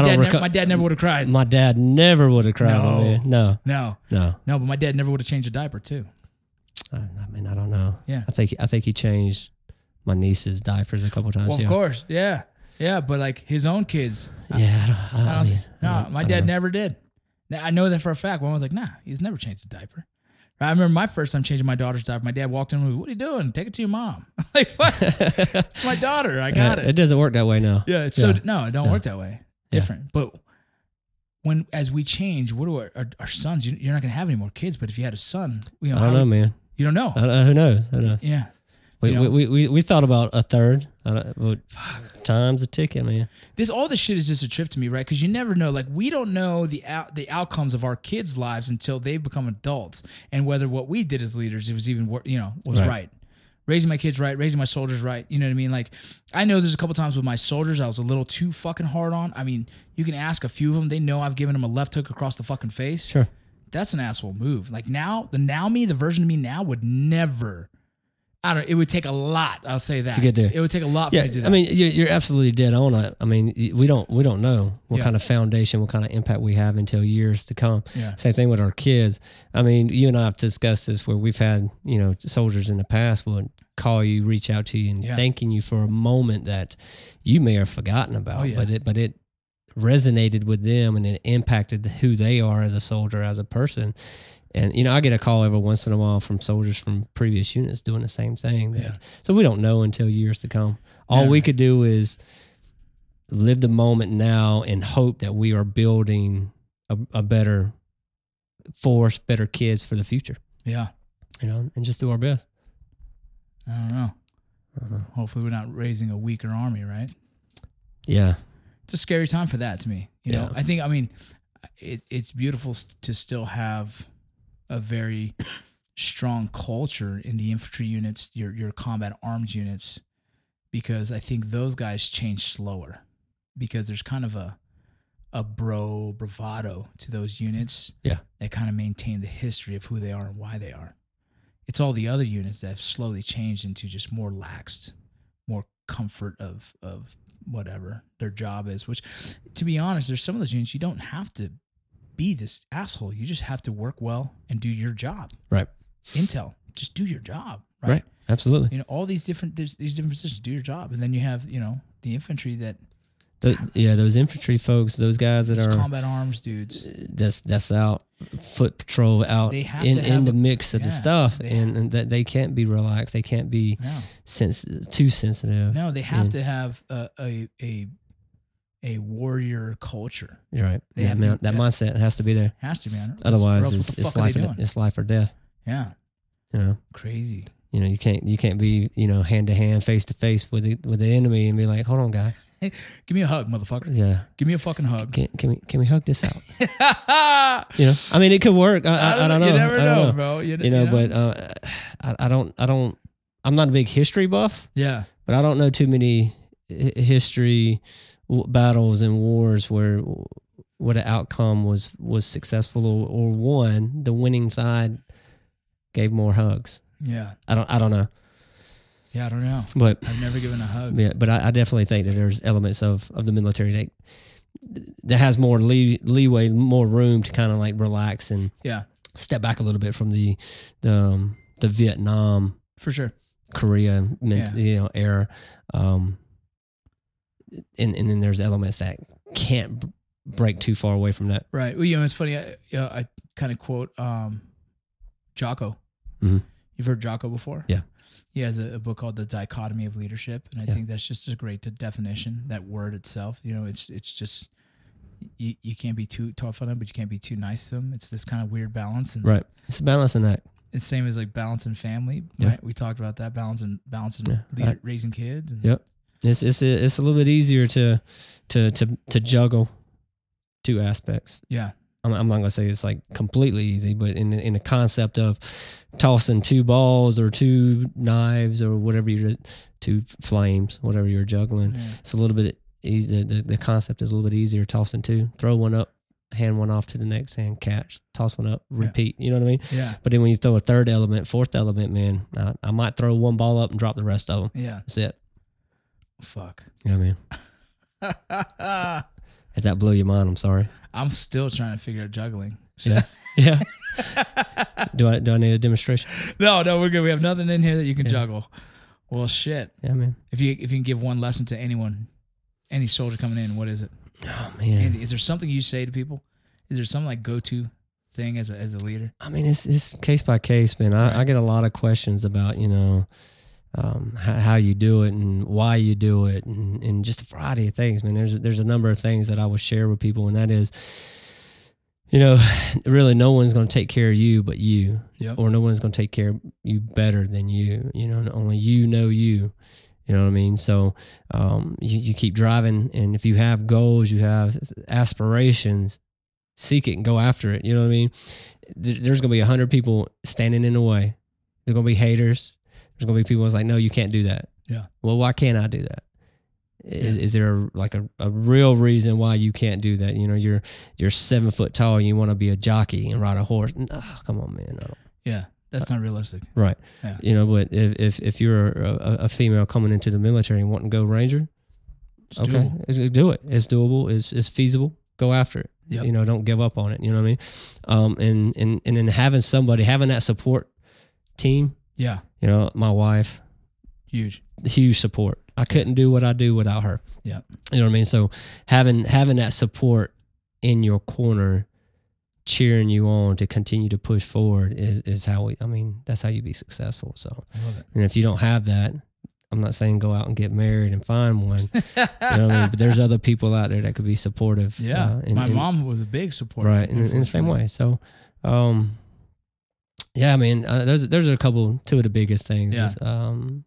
Speaker 2: dad,
Speaker 4: recall.
Speaker 2: never, my dad never would have cried.
Speaker 4: my dad never would have cried.
Speaker 2: No.
Speaker 4: man. no,
Speaker 2: no,
Speaker 4: no.
Speaker 2: no, but my dad never would have changed a diaper, too.
Speaker 4: I, I mean, I don't know.
Speaker 2: Yeah.
Speaker 4: I think I think he changed my niece's diapers a couple times.
Speaker 2: Well,
Speaker 4: yeah.
Speaker 2: of course. Yeah. Yeah. But like his own kids,
Speaker 4: Yeah, I don't. I,
Speaker 2: I don't,
Speaker 4: mean, uh,
Speaker 2: no, my dad never did. Now, I know that for a fact. When I was like, nah, he's never changed a diaper. I remember my first time changing my daughter's diaper. My dad walked in and was, what are you doing? Take it to your mom. like, what? it's my daughter. I got
Speaker 4: Yeah,
Speaker 2: Uh, it.
Speaker 4: uh, It doesn't work that way now.
Speaker 2: Yeah, it's so no, it don't work that way. Different, but when as we change, what do our, our, our sons? You, you're not gonna have any more kids, but if you had a son, you know,
Speaker 4: I don't
Speaker 2: how-
Speaker 4: know, man.
Speaker 2: Uh-huh. you don't know.
Speaker 4: I don't, who knows? Who knows?
Speaker 2: yeah,
Speaker 4: We,
Speaker 2: You know?
Speaker 4: we, we, we thought about a third I don't- well, times a ticket, man.
Speaker 2: this all this shit is just a trip to me, right? Because you never know. Like we don't know the out, the outcomes of our kids' lives until they become adults, and whether what we did as leaders it was even wor- you know was
Speaker 4: Right.
Speaker 2: right. Raising my kids right, raising my soldiers right. You know what I mean? Like I know there's a couple times with my soldiers I was a little too fucking hard on. I mean, you can ask a few of them. They know I've given them a left hook across the fucking face.
Speaker 4: Sure.
Speaker 2: That's an asshole move. Like now, the now me, the version of me now would never. I don't. It would take a lot. I'll say that to
Speaker 4: get there.
Speaker 2: It would take a lot for
Speaker 4: Yeah,
Speaker 2: me to do that.
Speaker 4: I mean, you're, you're absolutely dead on it. I mean, y- we don't we don't know what
Speaker 2: Yeah.
Speaker 4: kind of foundation, what kind of impact we have until years to come.
Speaker 2: Yeah.
Speaker 4: Same thing with our kids. I mean, you and I have discussed this where we've had you know soldiers in the past will call you, reach out to you, and
Speaker 2: Yeah.
Speaker 4: thanking you for a moment that you may have forgotten about,
Speaker 2: Oh, yeah.
Speaker 4: but it but it resonated with them and it impacted who they are as a soldier, as a person. And you know, I get a call every once in a while from soldiers from previous units doing the same thing.
Speaker 2: Yeah.
Speaker 4: So we don't know until years to come. All we
Speaker 2: Never.
Speaker 4: could do is live the moment now and hope that we are building a, a better force, better kids for the future.
Speaker 2: yeah.
Speaker 4: You know, and just do our best.
Speaker 2: I don't know.
Speaker 4: Uh-huh.
Speaker 2: Hopefully, we're not raising a weaker army, right?
Speaker 4: Yeah.
Speaker 2: It's a scary time for that to me. You know,
Speaker 4: Yeah.
Speaker 2: I think, I mean, it, it's beautiful s- to still have a very strong culture in the infantry units, your, your combat arms units, because I think those guys change slower because there's kind of a, a bro bravado to those units
Speaker 4: Yeah.
Speaker 2: that kind of maintain the history of who they are and why they are. It's all the other units that have slowly changed into just more laxed, more comfort of of whatever their job is. Which, to be honest, there's some of those units you don't have to be this asshole. You just have to work well and do your job.
Speaker 4: Right.
Speaker 2: Intel, just do your job,
Speaker 4: Right. Absolutely.
Speaker 2: You know all these different there's these different positions. Do your job, and then you have you know the infantry that
Speaker 4: Th- yeah. Those infantry folks, those guys that
Speaker 2: those
Speaker 4: are
Speaker 2: combat arms dudes.
Speaker 4: that's that's out foot patrol out
Speaker 2: They have
Speaker 4: in,
Speaker 2: to
Speaker 4: in
Speaker 2: have
Speaker 4: the
Speaker 2: a-
Speaker 4: mix of the
Speaker 2: yeah,
Speaker 4: stuff
Speaker 2: they
Speaker 4: and, and that they can't be relaxed they can't be
Speaker 2: No.
Speaker 4: sens- too sensitive
Speaker 2: No, they have
Speaker 4: Yeah.
Speaker 2: to have a a a, a warrior culture.
Speaker 4: You're right
Speaker 2: They
Speaker 4: that,
Speaker 2: have to-
Speaker 4: mount- that
Speaker 2: yeah.
Speaker 4: mindset has to be there
Speaker 2: Has to be. man. Or else- or
Speaker 4: otherwise
Speaker 2: else
Speaker 4: it's,
Speaker 2: what the
Speaker 4: it's
Speaker 2: fuck are
Speaker 4: life
Speaker 2: they
Speaker 4: or de-
Speaker 2: doing?
Speaker 4: it's life or death
Speaker 2: Yeah,
Speaker 4: you know
Speaker 2: crazy.
Speaker 4: you know you can't you can't be you know hand to hand face to face with the with the enemy and be like hold on guy
Speaker 2: Give me a hug, motherfucker.
Speaker 4: yeah
Speaker 2: Give me a fucking hug.
Speaker 4: can, can we can we hug this out
Speaker 2: I,
Speaker 4: you know I mean it could work I, I, I don't know
Speaker 2: You never
Speaker 4: I don't
Speaker 2: know,
Speaker 4: know.
Speaker 2: bro. You,
Speaker 4: you know but uh, I, I don't I don't I'm not a big history buff
Speaker 2: yeah,
Speaker 4: but I don't know too many hi- history w- battles and wars where what the outcome was was successful or, or won. The winning side gave more hugs.
Speaker 2: yeah,
Speaker 4: I don't I don't know,
Speaker 2: yeah. I don't know.
Speaker 4: but
Speaker 2: I've never given a hug.
Speaker 4: yeah, but I, I definitely think that there's elements of of the military that that has more lee, leeway, more room to kind of like relax and
Speaker 2: Yeah,
Speaker 4: step back a little bit from the the um, the Vietnam
Speaker 2: for sure.
Speaker 4: Korea,
Speaker 2: Yeah.
Speaker 4: ment- you know, era. Um, and and then there's elements that can't b- break too far away from that.
Speaker 2: Right. Well, you know, it's funny. I, you know, I kind of quote um, Jocko.
Speaker 4: Mhm.
Speaker 2: You've heard Jocko before?
Speaker 4: Yeah.
Speaker 2: He has a, a book called The Dichotomy of Leadership, and I
Speaker 4: Yeah.
Speaker 2: think that's just a great de- definition. That word itself, you know, it's it's just you, you can't be too tough on them, but you can't be too nice to them. It's this kind of weird balance, and
Speaker 4: Right. It's a balancing act.
Speaker 2: it's same as like balancing family,
Speaker 4: Yeah.
Speaker 2: right? We talked about that balancing balancing
Speaker 4: Yeah.
Speaker 2: leader-
Speaker 4: Right.
Speaker 2: raising kids. And,
Speaker 4: Yep. It's it's a, it's a little bit easier to to to to juggle two aspects.
Speaker 2: Yeah,
Speaker 4: I'm, I'm not gonna say it's like completely easy, but in the, in the concept of tossing two balls or two knives or whatever you're two flames, whatever you're juggling,
Speaker 2: Yeah.
Speaker 4: it's a little bit easy. The, the concept is a little bit easier tossing two, throw one up, hand one off to the next hand, catch, toss one up, repeat. You know what I mean?
Speaker 2: yeah,
Speaker 4: But then when you throw a third element, fourth element, man, I, I might throw one ball up and drop the rest of them.
Speaker 2: yeah.
Speaker 4: That's it.
Speaker 2: Fuck.
Speaker 4: Yeah, man. If that blew your mind, I'm sorry.
Speaker 2: I'm still trying to figure out juggling. So.
Speaker 4: Yeah. Yeah. do I do I need a demonstration?
Speaker 2: No, no, we're good. We have nothing in here that you can juggle. Well, shit.
Speaker 4: Yeah, man.
Speaker 2: If you if you can give one lesson to anyone, any soldier coming in, what is it?
Speaker 4: Oh man.
Speaker 2: Andy, is there something you say to people? Is there some like go to thing as a as a leader?
Speaker 4: I mean, it's it's case by case, man. I, I get a lot of questions about you know um, how, how you do it and why you do it, and, and just a variety of things, man. There's there's a number of things that I would share with people, and that is, you know, really no one's going to take care of you but you,
Speaker 1: Yep.
Speaker 4: or no one's going to take care of you better than you. You know, and only you know you. You know what I mean? So um, you, you keep driving, and if you have goals, you have aspirations, seek it and go after it. You know what I mean? There- There's going to be a hundred people standing in the way. There's going to be haters. There's going to be people that's like, no, you can't do that.
Speaker 1: Yeah.
Speaker 4: Well, why can't I do that? Is, is there like a, a real reason why you can't do that? You know, you're you're seven foot tall and you want to be a jockey and ride a horse. No, come on, man. I don't-
Speaker 2: Yeah, that's not realistic.
Speaker 4: Right.
Speaker 2: Yeah.
Speaker 4: You know, but if, if, if you're a, a a female coming into the military and wanting to go ranger,
Speaker 2: It's
Speaker 4: okay,
Speaker 2: doable.
Speaker 4: it's- it's do it. It's doable. It's it's feasible. Go after it.
Speaker 1: Yep.
Speaker 4: You know, don't give up on it. You know what I mean? Um, and and and then having somebody having that support team.
Speaker 2: Yeah,
Speaker 4: You know, my wife,
Speaker 2: huge.
Speaker 4: huge support. I couldn't do what I do without her.
Speaker 2: Yeah.
Speaker 4: You know what I mean? So having having that support in your corner cheering you on to continue to push forward is, is how we I mean, that's how you be successful. So
Speaker 2: I love it.
Speaker 4: and if you don't have that, I'm not saying go out and get married and find one. you know what I mean? But there's other people out there that could be supportive.
Speaker 2: Yeah,
Speaker 4: uh, and-
Speaker 2: my
Speaker 4: and-
Speaker 2: mom was a big supporter.
Speaker 4: right in, in the same way so um yeah i mean uh, those those are a couple two of the biggest things
Speaker 2: Yeah.
Speaker 4: is, um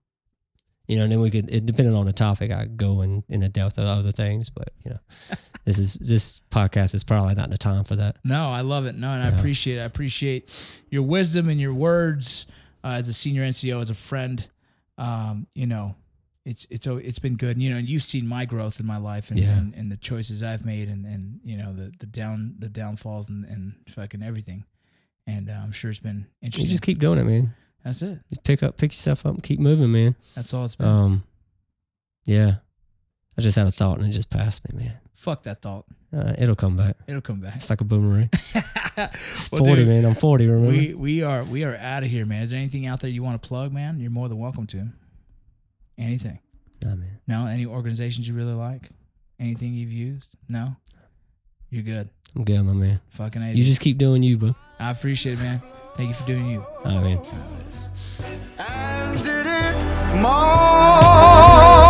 Speaker 4: you know and then we could it, depending on the topic i could go in in the depth of other things but you know this is this podcast is probably not the time for that
Speaker 2: No, I love it. No, and I
Speaker 4: Yeah.
Speaker 2: appreciate it. I appreciate your wisdom and your words uh, as a senior NCO, as a friend. Um, you know, it's it's al- it's been good. And, you know, and you've seen my growth in my life and,
Speaker 4: Yeah.
Speaker 2: and, and the choices I've made and and you know the the down the downfalls and and fucking everything. And uh, I'm sure it's been
Speaker 4: you
Speaker 2: interesting.
Speaker 4: just keep doing it man
Speaker 2: That's it.
Speaker 4: just pick up pick yourself up and keep moving man
Speaker 2: That's all it's been.
Speaker 4: um yeah i just had a thought and it just passed me man
Speaker 2: Fuck that thought.
Speaker 4: uh, it'll come back
Speaker 2: It'll come back.
Speaker 4: it's like a boomerang it's
Speaker 2: Well,
Speaker 4: 40
Speaker 2: dude,
Speaker 4: man i'm 40 remember
Speaker 2: We we are we are out of here, man. Is there anything out there you want to plug, man? You're more than welcome to. Anything.
Speaker 4: nah, man.
Speaker 2: No, any organizations you really like? Anything you've used? No? You're good.
Speaker 4: i'm good my man
Speaker 2: Fucking A.
Speaker 4: you just keep doing you bro
Speaker 2: I appreciate it, man. Thank you for doing you.
Speaker 4: i mean
Speaker 3: And did it more